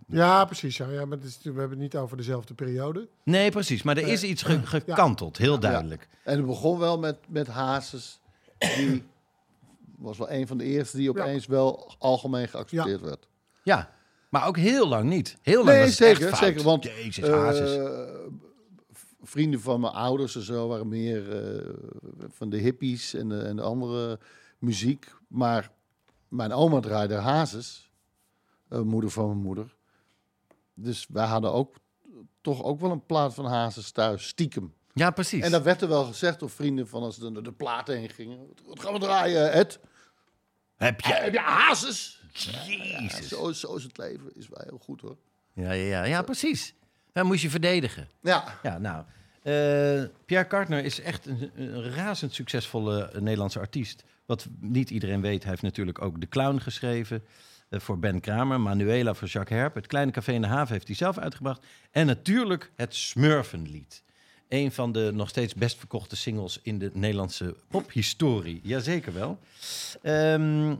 Speaker 6: Ja, precies. Ja. Ja, maar het is, we hebben het niet over dezelfde periode.
Speaker 5: nee, precies. Maar
Speaker 7: Eh,
Speaker 5: er is iets ge- gekanteld, heel duidelijk.
Speaker 7: En het begon wel met, met Hazes. Die was wel een van de eerste die opeens wel algemeen geaccepteerd werd.
Speaker 5: Ja. maar ook heel lang niet. Heel lang
Speaker 7: Nee,
Speaker 5: was het echt
Speaker 7: zeker.
Speaker 5: fout.
Speaker 7: zeker want
Speaker 5: Jezus,
Speaker 7: eh,
Speaker 5: Hazes.
Speaker 7: v- vrienden van mijn ouders en zo waren meer eh, van de hippies en de, en de andere muziek. Maar mijn oma draaide Hazes, eh, moeder van mijn moeder. Dus wij hadden ook toch ook wel een plaat van Hazes thuis, stiekem.
Speaker 5: Ja, precies.
Speaker 7: En dat werd er wel gezegd door vrienden van als ze de, de plaat heen gingen. Wat gaan we draaien, Ed?
Speaker 5: Heb je.
Speaker 7: Heb je hazes? Ja,
Speaker 5: Jezus.
Speaker 7: zo, zo is het leven. Is wel heel goed hoor.
Speaker 5: Ja, ja, ja, ja precies. Dan moest je verdedigen.
Speaker 7: Ja,
Speaker 5: Ja, nou. eh, Pierre Kartner is echt een, een razend succesvolle eh, Nederlandse artiest. Wat niet iedereen weet, hij heeft natuurlijk ook De Clown geschreven. eh, voor Ben Kramer, Manuela voor Jacques Herp. Het Kleine Café in de Haven heeft hij zelf uitgebracht. En natuurlijk het Smurfenlied. Een van de nog steeds best verkochte singles in de Nederlandse pophistorie. Jazeker wel. Ehm,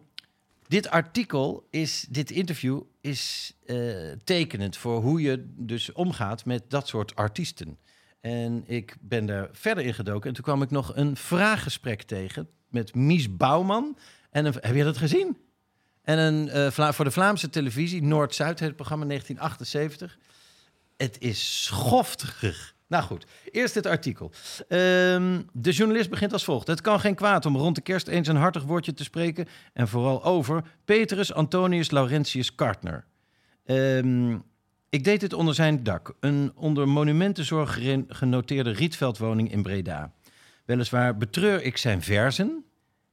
Speaker 5: dit artikel is, dit interview is eh, tekenend voor hoe je dus omgaat met dat soort artiesten. En ik ben daar verder in gedoken. En toen kwam ik nog een vraaggesprek tegen met Mies Bouwman. En een, heb je dat gezien? En een, eh, Vla- voor de Vlaamse televisie, Noord-Zuid, het programma 1978. Het is schoftig. Nou goed, eerst dit artikel. Ehm, de journalist begint als volgt. Het kan geen kwaad om rond de kerst eens een hartig woordje te spreken. En vooral over Petrus Antonius Laurentius Kartner. Ehm, ik deed dit onder zijn dak. Een onder monumentenzorg gere- genoteerde rietveldwoning in Breda. Weliswaar betreur ik zijn verzen.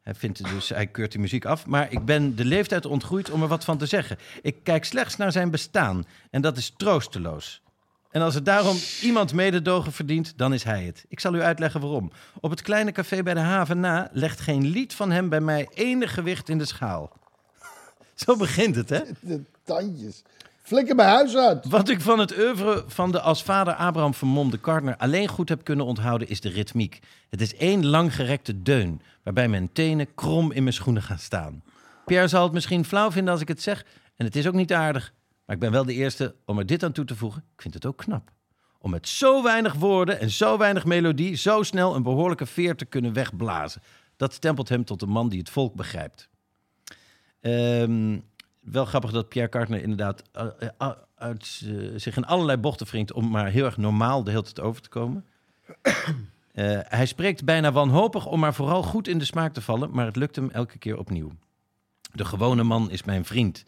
Speaker 5: Hij, vindt het dus, hij keurt die muziek af. Maar ik ben de leeftijd ontgroeid om er wat van te zeggen. Ik kijk slechts naar zijn bestaan. En dat is troosteloos. En als het daarom iemand mededogen verdient, dan is hij het. Ik zal u uitleggen waarom. Op het kleine café bij de haven na legt geen lied van hem bij mij enig gewicht in de schaal. Zo begint het, hè?
Speaker 7: de tandjes. Flikker mijn huis uit.
Speaker 5: Wat ik van het oeuvre van de als vader Abraham vermomde Kartner alleen goed heb kunnen onthouden is de ritmiek. Het is één langgerekte deun, waarbij mijn tenen krom in mijn schoenen gaan staan. Pierre zal het misschien flauw vinden als ik het zeg, en het is ook niet aardig. Maar ik ben wel de eerste om er dit aan toe te voegen. Ik vind het ook knap. Om met zo weinig woorden en zo weinig melodie zo snel een behoorlijke veer te kunnen wegblazen. Dat stempelt hem tot een man die het volk begrijpt. Ehm, wel grappig dat Pierre Kartner inderdaad eh, eh, uit, eh, zich in allerlei bochten wringt om maar heel erg normaal de hele tijd over te komen. Eh, hij spreekt bijna wanhopig om maar vooral goed in de smaak te vallen, maar het lukt hem elke keer opnieuw. De gewone man is mijn vriend.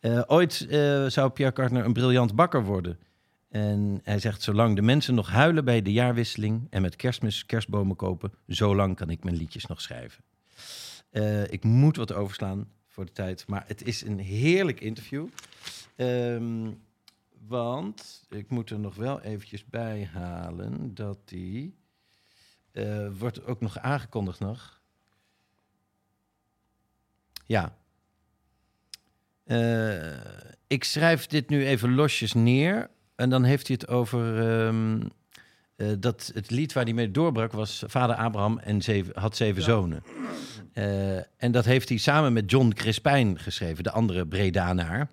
Speaker 5: Eh, ooit eh, zou Pierre Kartner een briljant bakker worden. En hij zegt, zolang de mensen nog huilen bij de jaarwisseling en met kerstmis kerstbomen kopen, zolang kan ik mijn liedjes nog schrijven. Eh, ik moet wat overslaan voor de tijd, maar het is een heerlijk interview. Ehm, want ik moet er nog wel eventjes bij halen dat die eh, wordt ook nog aangekondigd nog. Ja. Eh, ik schrijf dit nu even losjes neer. En dan heeft hij het over ehm, eh, dat het lied waar hij mee doorbrak was Vader Abraham en zeven, had zeven zonen. Eh, en dat heeft hij samen met John Crispijn geschreven, de andere Bredanaar.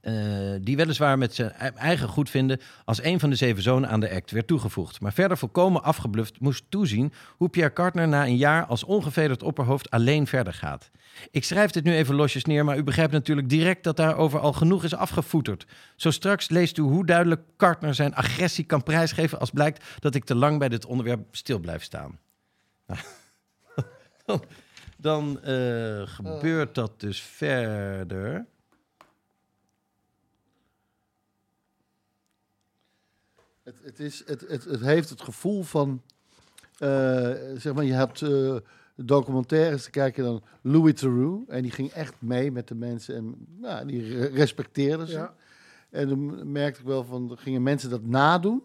Speaker 5: Eh, die weliswaar met zijn ei- eigen goedvinden als een van de zeven zonen aan de act werd toegevoegd. Maar verder volkomen afgebluft moest toezien hoe Pierre Kartner na een jaar als ongevederd opperhoofd alleen verder gaat. Ik schrijf dit nu even losjes neer, maar u begrijpt natuurlijk direct dat daarover al genoeg is afgevoeterd. Zo straks leest u hoe duidelijk Kartner zijn agressie kan prijsgeven als blijkt dat ik te lang bij dit onderwerp stil blijf staan. Nou, dan dan eh, gebeurt dat dus verder.
Speaker 7: Het, het, is, het, het, het heeft het gevoel van, eh, zeg maar, je hebt eh, documentaires, dan kijk je dan Louis Theroux. En die ging echt mee met de mensen en nou, die re- respecteerde ze.
Speaker 6: Ja.
Speaker 7: En dan merkte ik wel van, er gingen mensen dat nadoen.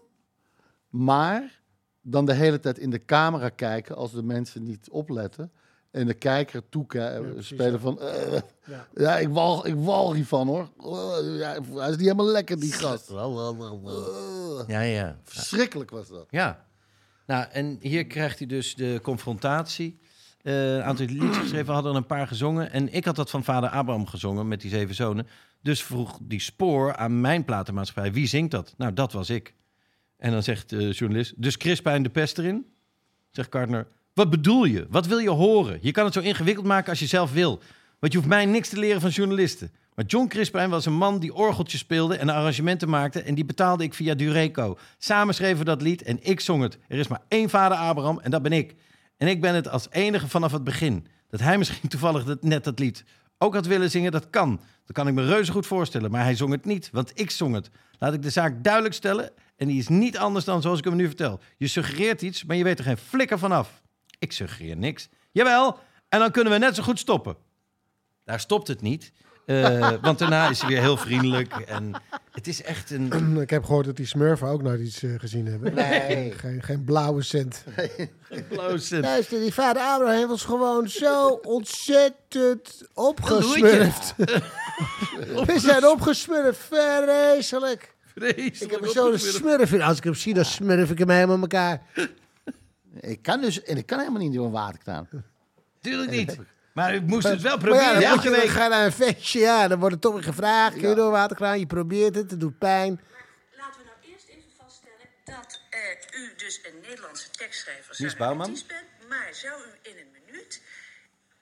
Speaker 7: Maar dan de hele tijd in de camera kijken als de mensen niet opletten. En de kijker toekijken,
Speaker 6: precies,
Speaker 7: spelen
Speaker 6: ja.
Speaker 7: van... eh, ja.
Speaker 6: Ja.
Speaker 7: ik wal, ik wal hiervan, hoor. Eh, ja, hij is niet helemaal lekker, die gast. Eh.
Speaker 5: Ja, ja.
Speaker 7: Verschrikkelijk was dat.
Speaker 5: Ja. Nou, en hier krijgt hij dus de confrontatie. Eh, een aantal liedjes geschreven, we hadden er een paar gezongen. En ik had dat van vader Abraham gezongen met die zeven zonen. Dus vroeg die spoor aan mijn platenmaatschappij, wie zingt dat? Nou, dat was ik. En dan zegt de journalist, dus Crispijn de pest erin? Zegt Gardner, wat bedoel je? Wat wil je horen? Je kan het zo ingewikkeld maken als je zelf wil. Want je hoeft mij niks te leren van journalisten. Maar John Crispijn was een man die orgeltjes speelde en arrangementen maakte. En die betaalde ik via Dureco. Samen schreven we dat lied en ik zong het. Er is maar één vader Abraham en dat ben ik. En ik ben het als enige vanaf het begin. Dat hij misschien toevallig dat, net dat lied ook had willen zingen, dat kan. Dat kan ik me reuze goed voorstellen. Maar hij zong het niet, want ik zong het. Laat ik de zaak duidelijk stellen. En die is niet anders dan zoals ik hem nu vertel. Je suggereert iets, maar je weet er geen flikker van af. Ik suggereer niks. Jawel, en dan kunnen we net zo goed stoppen. Daar stopt het niet. eh, want daarna is hij weer heel vriendelijk. En het is echt een...
Speaker 6: Ik heb gehoord dat die smurfen ook nooit iets eh, gezien hebben.
Speaker 7: Nee.
Speaker 6: Geen, geen blauwe cent.
Speaker 5: close
Speaker 6: Luister, die vader Abraham was gewoon zo ontzettend opgesmurfd. We zijn opgesmurfd, vreselijk. Ik heb zo'n smurf in. Als ik hem zie, dan smurf ik hem helemaal in elkaar.
Speaker 7: Ik kan dus, en ik kan helemaal niet door een waterkraan.
Speaker 5: Tuurlijk niet. Maar ik moest het wel
Speaker 6: Maar ja,
Speaker 5: proberen.
Speaker 6: dan moet
Speaker 5: elke
Speaker 6: je dan
Speaker 5: week.
Speaker 6: gaan naar een feestje. Ja, dan wordt het toch weer gevraagd. Kun je door een waterkraan? Je probeert het, het doet pijn.
Speaker 10: Laten we nou eerst even vaststellen dat eh, u dus een Nederlandse tekstschrijver
Speaker 5: Mies
Speaker 10: Sarah
Speaker 5: Bouwman.
Speaker 10: Matties bent. Maar zou u in een minuut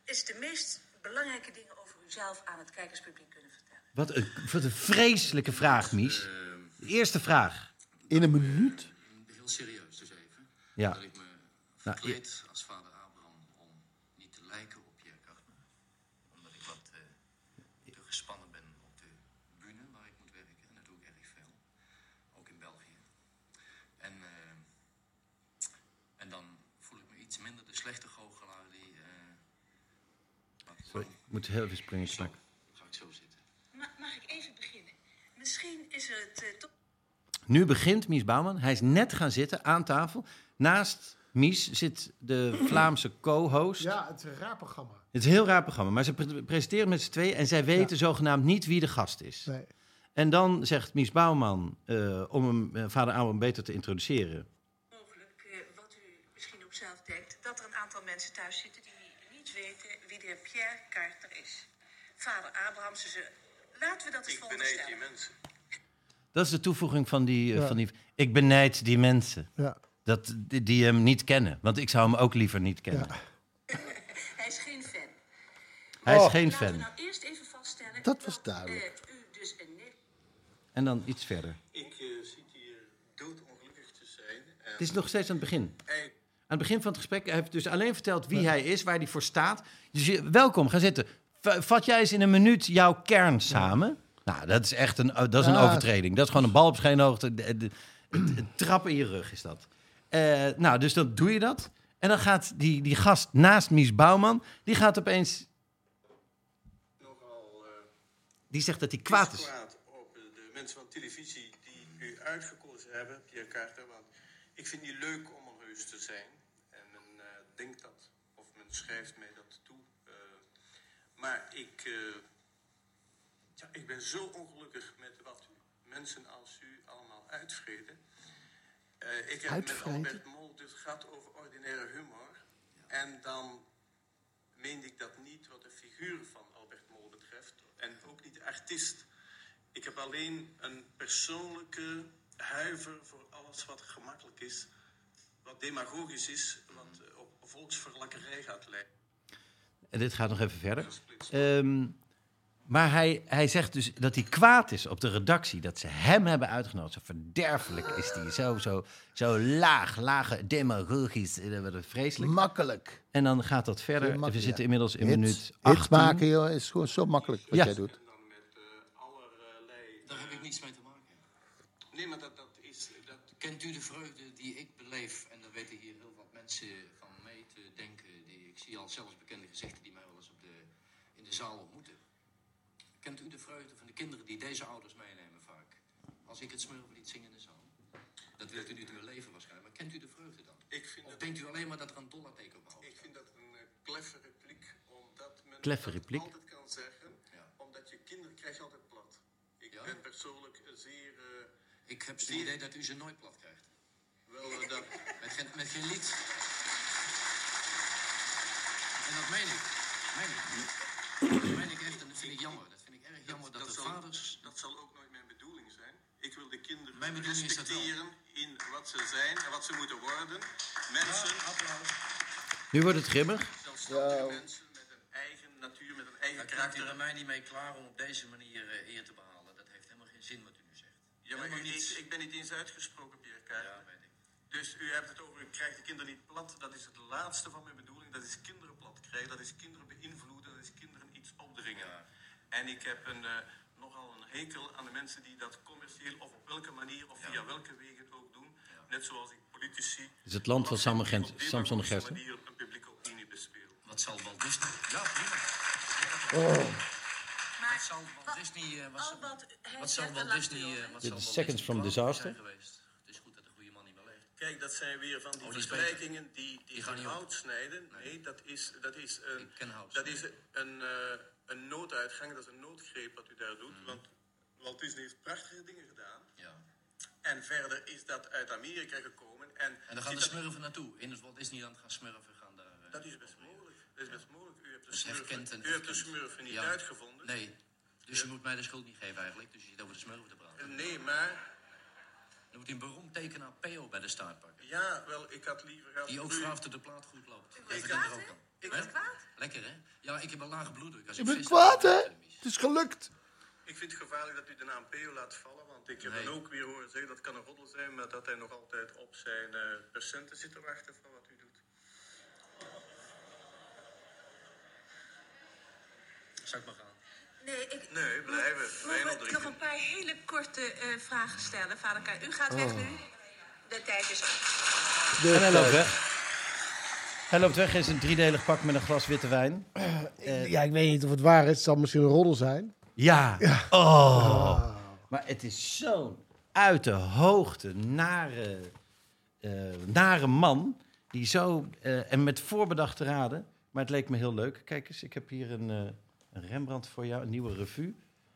Speaker 10: is de meest belangrijke dingen over uzelf aan het kijkerspubliek kunnen vertellen?
Speaker 5: Wat een, wat een vreselijke vraag, Mies. De eerste vraag.
Speaker 7: In een minuut?
Speaker 11: Heel serieus dus even.
Speaker 5: Ja.
Speaker 11: Dat ik me
Speaker 5: Nou,
Speaker 11: verkleed als vader Abraham om niet te lijken op Pierre Kartner. Omdat ik wat eh, te gespannen ben op de bühne waar ik moet werken. En dat doe ik erg veel. Ook in België. En, eh, en dan voel ik me iets minder de slechte goochelaar die... eh, wat-
Speaker 5: Sorry, ik moet heel even springen.
Speaker 11: Zo,
Speaker 5: Snak.
Speaker 11: ga ik zo zitten.
Speaker 10: Ma- mag ik even beginnen? Misschien is het eh, toch
Speaker 5: Nu begint Mies Bouwman. Hij is net gaan zitten aan tafel. Naast Mies zit de Vlaamse co-host.
Speaker 6: het is een raar programma.
Speaker 5: Het is een heel raar programma, maar ze pre- presenteren met z'n tweeën... en zij weten zogenaamd niet wie de gast is.
Speaker 6: Nee.
Speaker 5: En dan zegt Mies Bouwman, eh, om hem, eh, vader Abraham beter te introduceren...
Speaker 10: mogelijk, eh, wat u misschien ook zelf denkt, dat er een aantal mensen thuis zitten die niet weten wie de heer Pierre Carter is. Vader Abrahams, dus, eh, laten we dat eens
Speaker 11: die
Speaker 10: voorstellen.
Speaker 11: mensen.
Speaker 5: Dat is de toevoeging van die, eh,
Speaker 6: Ja.
Speaker 5: van die... Ik benijd die mensen
Speaker 6: Ja.
Speaker 5: dat, die, die hem niet kennen. Want ik zou hem ook liever niet kennen.
Speaker 10: Hij is geen fan.
Speaker 5: Hij
Speaker 12: Oh.
Speaker 5: is geen
Speaker 10: Laten we
Speaker 5: fan.
Speaker 10: nou eerst even vaststellen
Speaker 7: Dat was
Speaker 10: eh,
Speaker 7: duidelijk.
Speaker 10: u dus een Nederlandse
Speaker 5: En dan iets verder.
Speaker 11: Ik eh, zit hier doodongelukkig te zijn.
Speaker 5: Het is nog steeds aan het begin. Aan het begin van het gesprek hij heeft dus alleen verteld wie hij is, waar hij voor staat. Dus je, welkom, ga zitten. V- vat jij eens in een minuut jouw kern samen? Nou, dat is echt een, dat is een
Speaker 6: Ja.
Speaker 5: overtreding. Dat is gewoon een bal op scheenhoogte. De- de- de- Een trap in je rug is dat. Eh, nou, dus dan doe je dat. En dan gaat die, die gast naast Mies Bouwman, die gaat opeens...
Speaker 11: eh,
Speaker 5: Die zegt dat hij kwaad is.
Speaker 12: kwaad op eh, de mensen van televisie die u uitgekozen hebben, Pierre Carter. Want ik vind niet leuk om een heus te zijn. En men eh, denkt dat, of men schrijft mij dat toe. Eh, maar ik, eh, ja, ik ben zo ongelukkig met wat mensen als u allemaal uitvreden. Eh, ik heb
Speaker 6: Uitvreten?
Speaker 12: met Albert Mol dus gehad over ordinaire humor. En dan meende ik dat niet wat de figuur van Albert Mol betreft. En ook niet de artiest. Ik heb alleen een persoonlijke huiver voor alles wat gemakkelijk is. Wat demagogisch is, wat eh, op volksverlakkerij gaat lijken.
Speaker 5: En dit gaat nog even verder. Ehm, maar hij, hij zegt dus dat hij kwaad is op de redactie. Dat ze hem hebben uitgenodigd. Zo verderfelijk is die. Zo, zo, zo laag, lage, demagogisch. eh, wat Vreselijk.
Speaker 7: Makkelijk.
Speaker 5: En dan gaat dat verder.
Speaker 7: Heel
Speaker 5: We
Speaker 7: makkelijk,
Speaker 5: zitten
Speaker 7: ja.
Speaker 5: inmiddels in
Speaker 7: Hits-
Speaker 5: minuut
Speaker 7: hits
Speaker 5: 18.
Speaker 7: maken joh, is gewoon zo makkelijk wat
Speaker 5: Ja.
Speaker 7: jij doet.
Speaker 11: Daar heb ik niks mee te maken.
Speaker 12: Nee, maar dat, dat is... Dat...
Speaker 11: Kent u de vreugde die ik beleef? En daar weten hier heel wat mensen van mee te denken. Die, ik zie al zelfs bekende gezichten die mij wel eens op de, in de zaal ontmoeten. Kent u de vreugde van de kinderen die deze ouders meenemen vaak? Als ik het smurflied zing in de zaal. Dat wilt u niet meer leven waarschijnlijk. Maar kent u de vreugde dan?
Speaker 12: Ik vind
Speaker 11: of denkt u alleen maar dat er een dollarteken op hangt?
Speaker 12: Ik vind dat een eh, kleffe repliek, omdat men
Speaker 5: Kleffe
Speaker 12: dat
Speaker 5: repliek.
Speaker 12: altijd kan zeggen. Omdat je kinderen krijg je altijd plat. Ik ben persoonlijk eh, zeer...
Speaker 11: ik heb het
Speaker 12: zeer...
Speaker 11: idee dat u ze nooit plat krijgt.
Speaker 12: Wel, eh, dat...
Speaker 11: Met geen, met geen lied. En dat meen ik. Meen ik. Dat meen ik echt en dat vind ik jammer. Dat vind ik erg jammer dat,
Speaker 12: dat
Speaker 11: de
Speaker 12: zal-
Speaker 11: vaders...
Speaker 12: Dat zal ook nooit mijn bedoeling zijn. Ik wil de kinderen
Speaker 11: Mijn bedoeling is dat wel.
Speaker 12: respecteren in wat ze zijn en wat ze moeten worden. Mensen,
Speaker 5: Nu wordt het grimmig.
Speaker 11: Ja.
Speaker 12: mensen met een eigen natuur, met een eigen
Speaker 11: Daar raakt u er mij niet mee klaar om op deze manier eh, eer te behalen. Dat heeft helemaal geen zin wat u nu zegt.
Speaker 12: Ja, maar
Speaker 11: Helemaal
Speaker 12: u- ik,
Speaker 11: niets.
Speaker 12: ik ben niet eens uitgesproken, Pierre Kaarten. Dus u hebt het over, u krijgt de kinderen niet plat. Dat is het laatste van mijn bedoeling. Dat is kinderen plat krijgen, dat is kinderen beïnvloeden, dat is kinderen iets opdringen. En ik heb een, eh, nogal een hekel aan de mensen die dat commercieel of op welke manier of via welke wegen ook doen. Net zoals ik politici...
Speaker 5: Het is het land van Sam en Gent-
Speaker 12: op dit
Speaker 5: Samson en
Speaker 12: moment op
Speaker 5: Gert, hè?
Speaker 12: manier een publieke opinie bespelen.
Speaker 11: Wat zal Walt Disney... Ja, Wat zal Walt Disney... eh, wat zal- Wat zal Walt Disney... eh, wat zal
Speaker 5: Dit is
Speaker 11: Walt
Speaker 5: Seconds
Speaker 11: Disney
Speaker 5: from
Speaker 11: kwaad zijn
Speaker 5: Disaster.
Speaker 11: geweest? Het is goed dat de goede man niet meer leeft.
Speaker 12: Kijk, dat zijn weer van die
Speaker 11: Oh, die is
Speaker 12: vergelijkingen die, die,
Speaker 11: Die gaan
Speaker 12: gaan
Speaker 11: niet op.
Speaker 12: hout snijden. Nee, dat is, dat is een,
Speaker 11: ken hout
Speaker 12: dat is een, eh, een nooduitgang, dat is een noodgreep wat u daar doet. Want Walt Disney heeft prachtige dingen gedaan.
Speaker 11: Mhm. Ja.
Speaker 12: En verder is dat uit Amerika gekomen. En,
Speaker 11: En dan gaan de
Speaker 12: zit
Speaker 11: smurfen naartoe. In het Walt Disneyland gaan smurfen gaan daar... eh,
Speaker 12: dat, dat is best mogelijk. Dat is best mogelijk. U hebt de
Speaker 11: Dat is herkend en
Speaker 12: smurfen, u hebt de
Speaker 11: erkend.
Speaker 12: smurfen niet
Speaker 11: Ja.
Speaker 12: uitgevonden.
Speaker 11: Nee, dus je moet mij de schuld niet geven eigenlijk. Dus je zit over de smurfen te praten.
Speaker 12: Nee, maar
Speaker 11: Dan moet je een beroemd tekenaar PO bij de staart pakken.
Speaker 12: ja, wel, ik had liever... gehad
Speaker 11: Die ook
Speaker 12: u-
Speaker 11: graaf tot de plaat goed loopt.
Speaker 12: Ik
Speaker 11: Dat
Speaker 12: ben
Speaker 11: kan
Speaker 12: kwaad,
Speaker 11: er ook
Speaker 12: hè?
Speaker 11: aan.
Speaker 12: Ik
Speaker 11: Hè?
Speaker 12: ben kwaad.
Speaker 11: Lekker hè? Ja, ik heb een lage bloeddruk. Als
Speaker 7: Je
Speaker 11: ik
Speaker 7: bent
Speaker 11: vis-
Speaker 7: kwaad hè? Het is gelukt.
Speaker 12: Ik vind het gevaarlijk dat u de naam Peo laat vallen, want ik heb
Speaker 11: Nee.
Speaker 12: dan ook weer horen zeggen, dat kan een roddel zijn, maar dat hij nog altijd op zijn eh, percenten zit te wachten van wat u doet.
Speaker 11: Zal ik maar gaan.
Speaker 10: Nee, ik...
Speaker 12: Nee, blijven.
Speaker 10: Mogen we
Speaker 12: Wijn
Speaker 10: nog
Speaker 12: drinken.
Speaker 10: een paar hele korte eh, vragen stellen, vader Kaart? U gaat weg
Speaker 5: Oh.
Speaker 10: nu. De tijd is op.
Speaker 5: en hij loopt weg. Hij loopt weg in zijn driedelig pak met een glas witte wijn. Eh,
Speaker 6: Ja, ik weet niet of het waar is. Het zal misschien een roddel zijn.
Speaker 5: Ja. Oh. Maar het is zo'n uit de hoogte nare, eh, nare man. Die zo, eh, en met voorbedachte raden. Maar het leek me heel leuk. Kijk eens, ik heb hier een, eh, een Rembrandt voor jou. Een nieuwe revue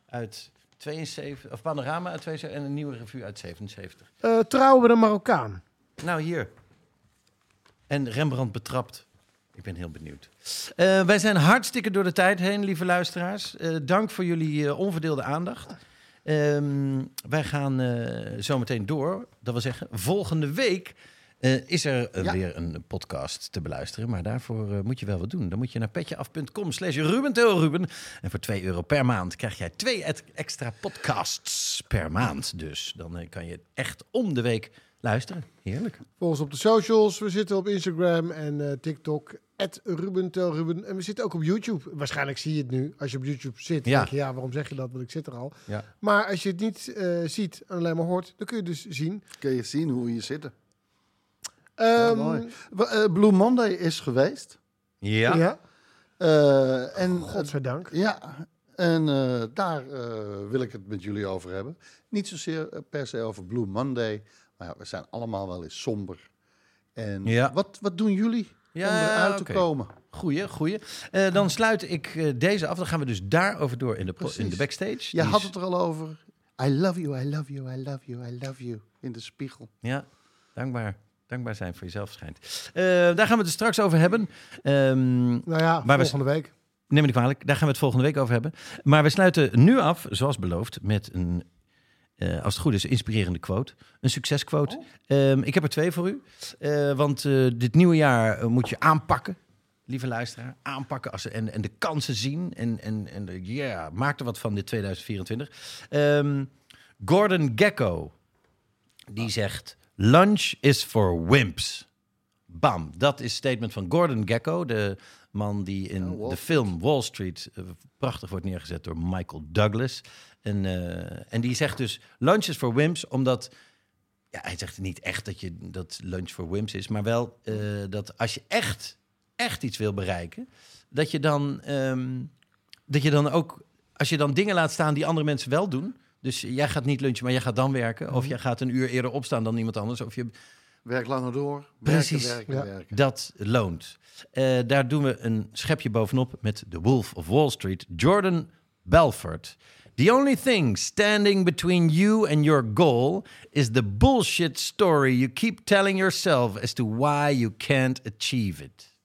Speaker 5: uit 72. Of Panorama uit 72. En een nieuwe revue uit 77.
Speaker 6: Eh, trouwen met een Marokkaan.
Speaker 5: Nou, hier. En Rembrandt betrapt. Ik ben heel benieuwd. Eh, wij zijn hartstikke door de tijd heen, lieve luisteraars. Eh, dank voor jullie eh, onverdeelde aandacht. Ehm, wij gaan eh zo meteen door. Dat wil zeggen, volgende week eh, is er eh, weer een podcast te beluisteren. Maar daarvoor eh, moet je wel wat doen. Dan moet je naar petjeaf.com slash rubentelruben. En voor 2 euro per maand krijg jij twee et- extra podcasts per maand. Dus dan eh, kan je echt om de week Luisteren, heerlijk.
Speaker 6: Volg ons op de socials. We zitten op Instagram en eh, TikTok. @rubentelruben. En we zitten ook op YouTube. Waarschijnlijk zie je het nu. Als je op YouTube zit,
Speaker 5: Ja.
Speaker 6: denk je, ja, waarom zeg je dat? Want ik zit er al.
Speaker 5: Ja.
Speaker 6: Maar als je het niet eh, ziet en alleen maar hoort, dan kun je dus zien.
Speaker 7: Kun je zien hoe we hier zitten.
Speaker 6: Ehm,
Speaker 7: mooi. We- eh, Blue Monday is geweest.
Speaker 5: Ja.
Speaker 7: Eh, en,
Speaker 6: Godzijdank.
Speaker 7: ja. En eh, daar eh, wil ik het met jullie over hebben. Niet zozeer eh, per se over Blue Monday. Maar ja, we zijn allemaal wel eens somber. En
Speaker 5: Ja.
Speaker 7: wat, wat doen jullie om eruit
Speaker 5: oké.
Speaker 7: te komen?
Speaker 5: Goeie, goeie. Eh, dan sluit ik eh, deze af. Dan gaan we dus daarover door in de, pro- in de
Speaker 7: Precies.
Speaker 5: backstage.
Speaker 7: Je
Speaker 5: Die
Speaker 7: had
Speaker 5: is-
Speaker 7: het er al over. I love you, I love you, I love you, I love you. In de spiegel.
Speaker 5: Ja, dankbaar. Dankbaar zijn voor jezelf schijnt. Eh, daar gaan we het straks over hebben. Ehm,
Speaker 6: Nou ja,
Speaker 5: Maar we-
Speaker 6: volgende week.
Speaker 5: neem me niet kwalijk, daar gaan we het volgende week over hebben. Maar we sluiten nu af, zoals beloofd, met een, eh, als het goed is, inspirerende quote. Een succesquote. Ehm, ik heb er twee voor u. Eh, want eh, dit nieuwe jaar eh, moet je aanpakken. Lieve luisteraar, aanpakken als, en, en de kansen zien. En, en, en de- ja, maak er wat van dit 2024. Ehm, Gordon Gekko, die zegt... Lunch is for wimps. Bam, dat is statement van Gordon Gekko, de man die in
Speaker 7: Wall
Speaker 5: de film Wall Street eh, prachtig wordt neergezet door Michael Douglas. En, eh, en die zegt dus lunch is for wimps, omdat ja, hij zegt niet echt dat, je, dat lunch for wimps is, maar wel eh, dat als je echt, echt iets wil bereiken, dat je dan, ehm, dat je dan ook, als je dan dingen laat staan die andere mensen wel doen. Dus jij gaat niet lunchen, maar jij gaat dan werken. Of jij gaat een uur eerder opstaan dan iemand anders. Of je
Speaker 7: Werk langer door. Werken,
Speaker 5: Precies.
Speaker 7: Werken,
Speaker 6: Ja.
Speaker 7: werken.
Speaker 5: dat loont. Eh, daar doen we een schepje bovenop met The Wolf of Wall Street, Jordan Belfort. The only thing standing between you and your goal is the bullshit story you keep telling yourself as to why you can't achieve it.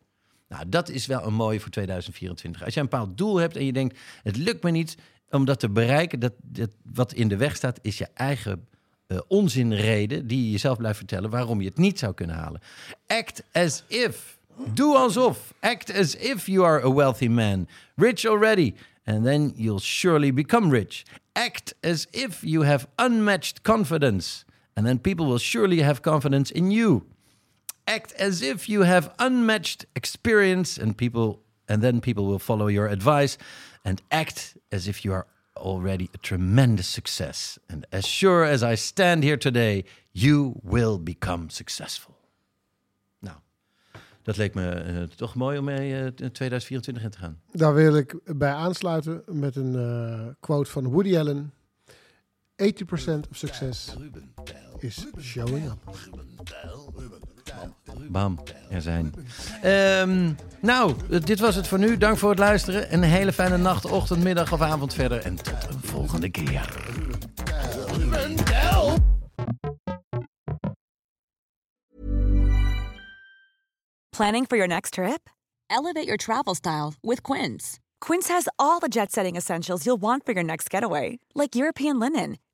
Speaker 5: Nou, dat is wel een mooie voor 2024. Als jij een bepaald doel hebt en je denkt, het lukt me niet om dat te bereiken, dat, dat, wat in de weg staat, is je eigen eh, onzinreden die je jezelf blijft vertellen waarom je het niet zou kunnen halen. Act as if. Doe alsof. Act as if you are a wealthy man. Rich already. And then you'll surely become rich. Act as if you have unmatched confidence. And then people will surely have confidence in you act as if you have unmatched experience and people and then people will follow your advice and act as if you are already a tremendous success and as sure as i stand here today you will become successful nou dat leek me eh, toch mooi om mee eh, t- 2024 in te gaan
Speaker 6: Daar wil ik bij aansluiten met een eh, quote van Woody Allen. 80% of success is showing up.
Speaker 5: bam er zijn Ehm, nou eh, dit was het voor nu dank voor het luisteren een hele fijne nacht ochtend middag of avond verder en tot een volgende keer
Speaker 13: Planning for your next trip? Elevate your travel style with Quince. Quince has all the jet setting essentials you'll want for your next getaway, like European linen,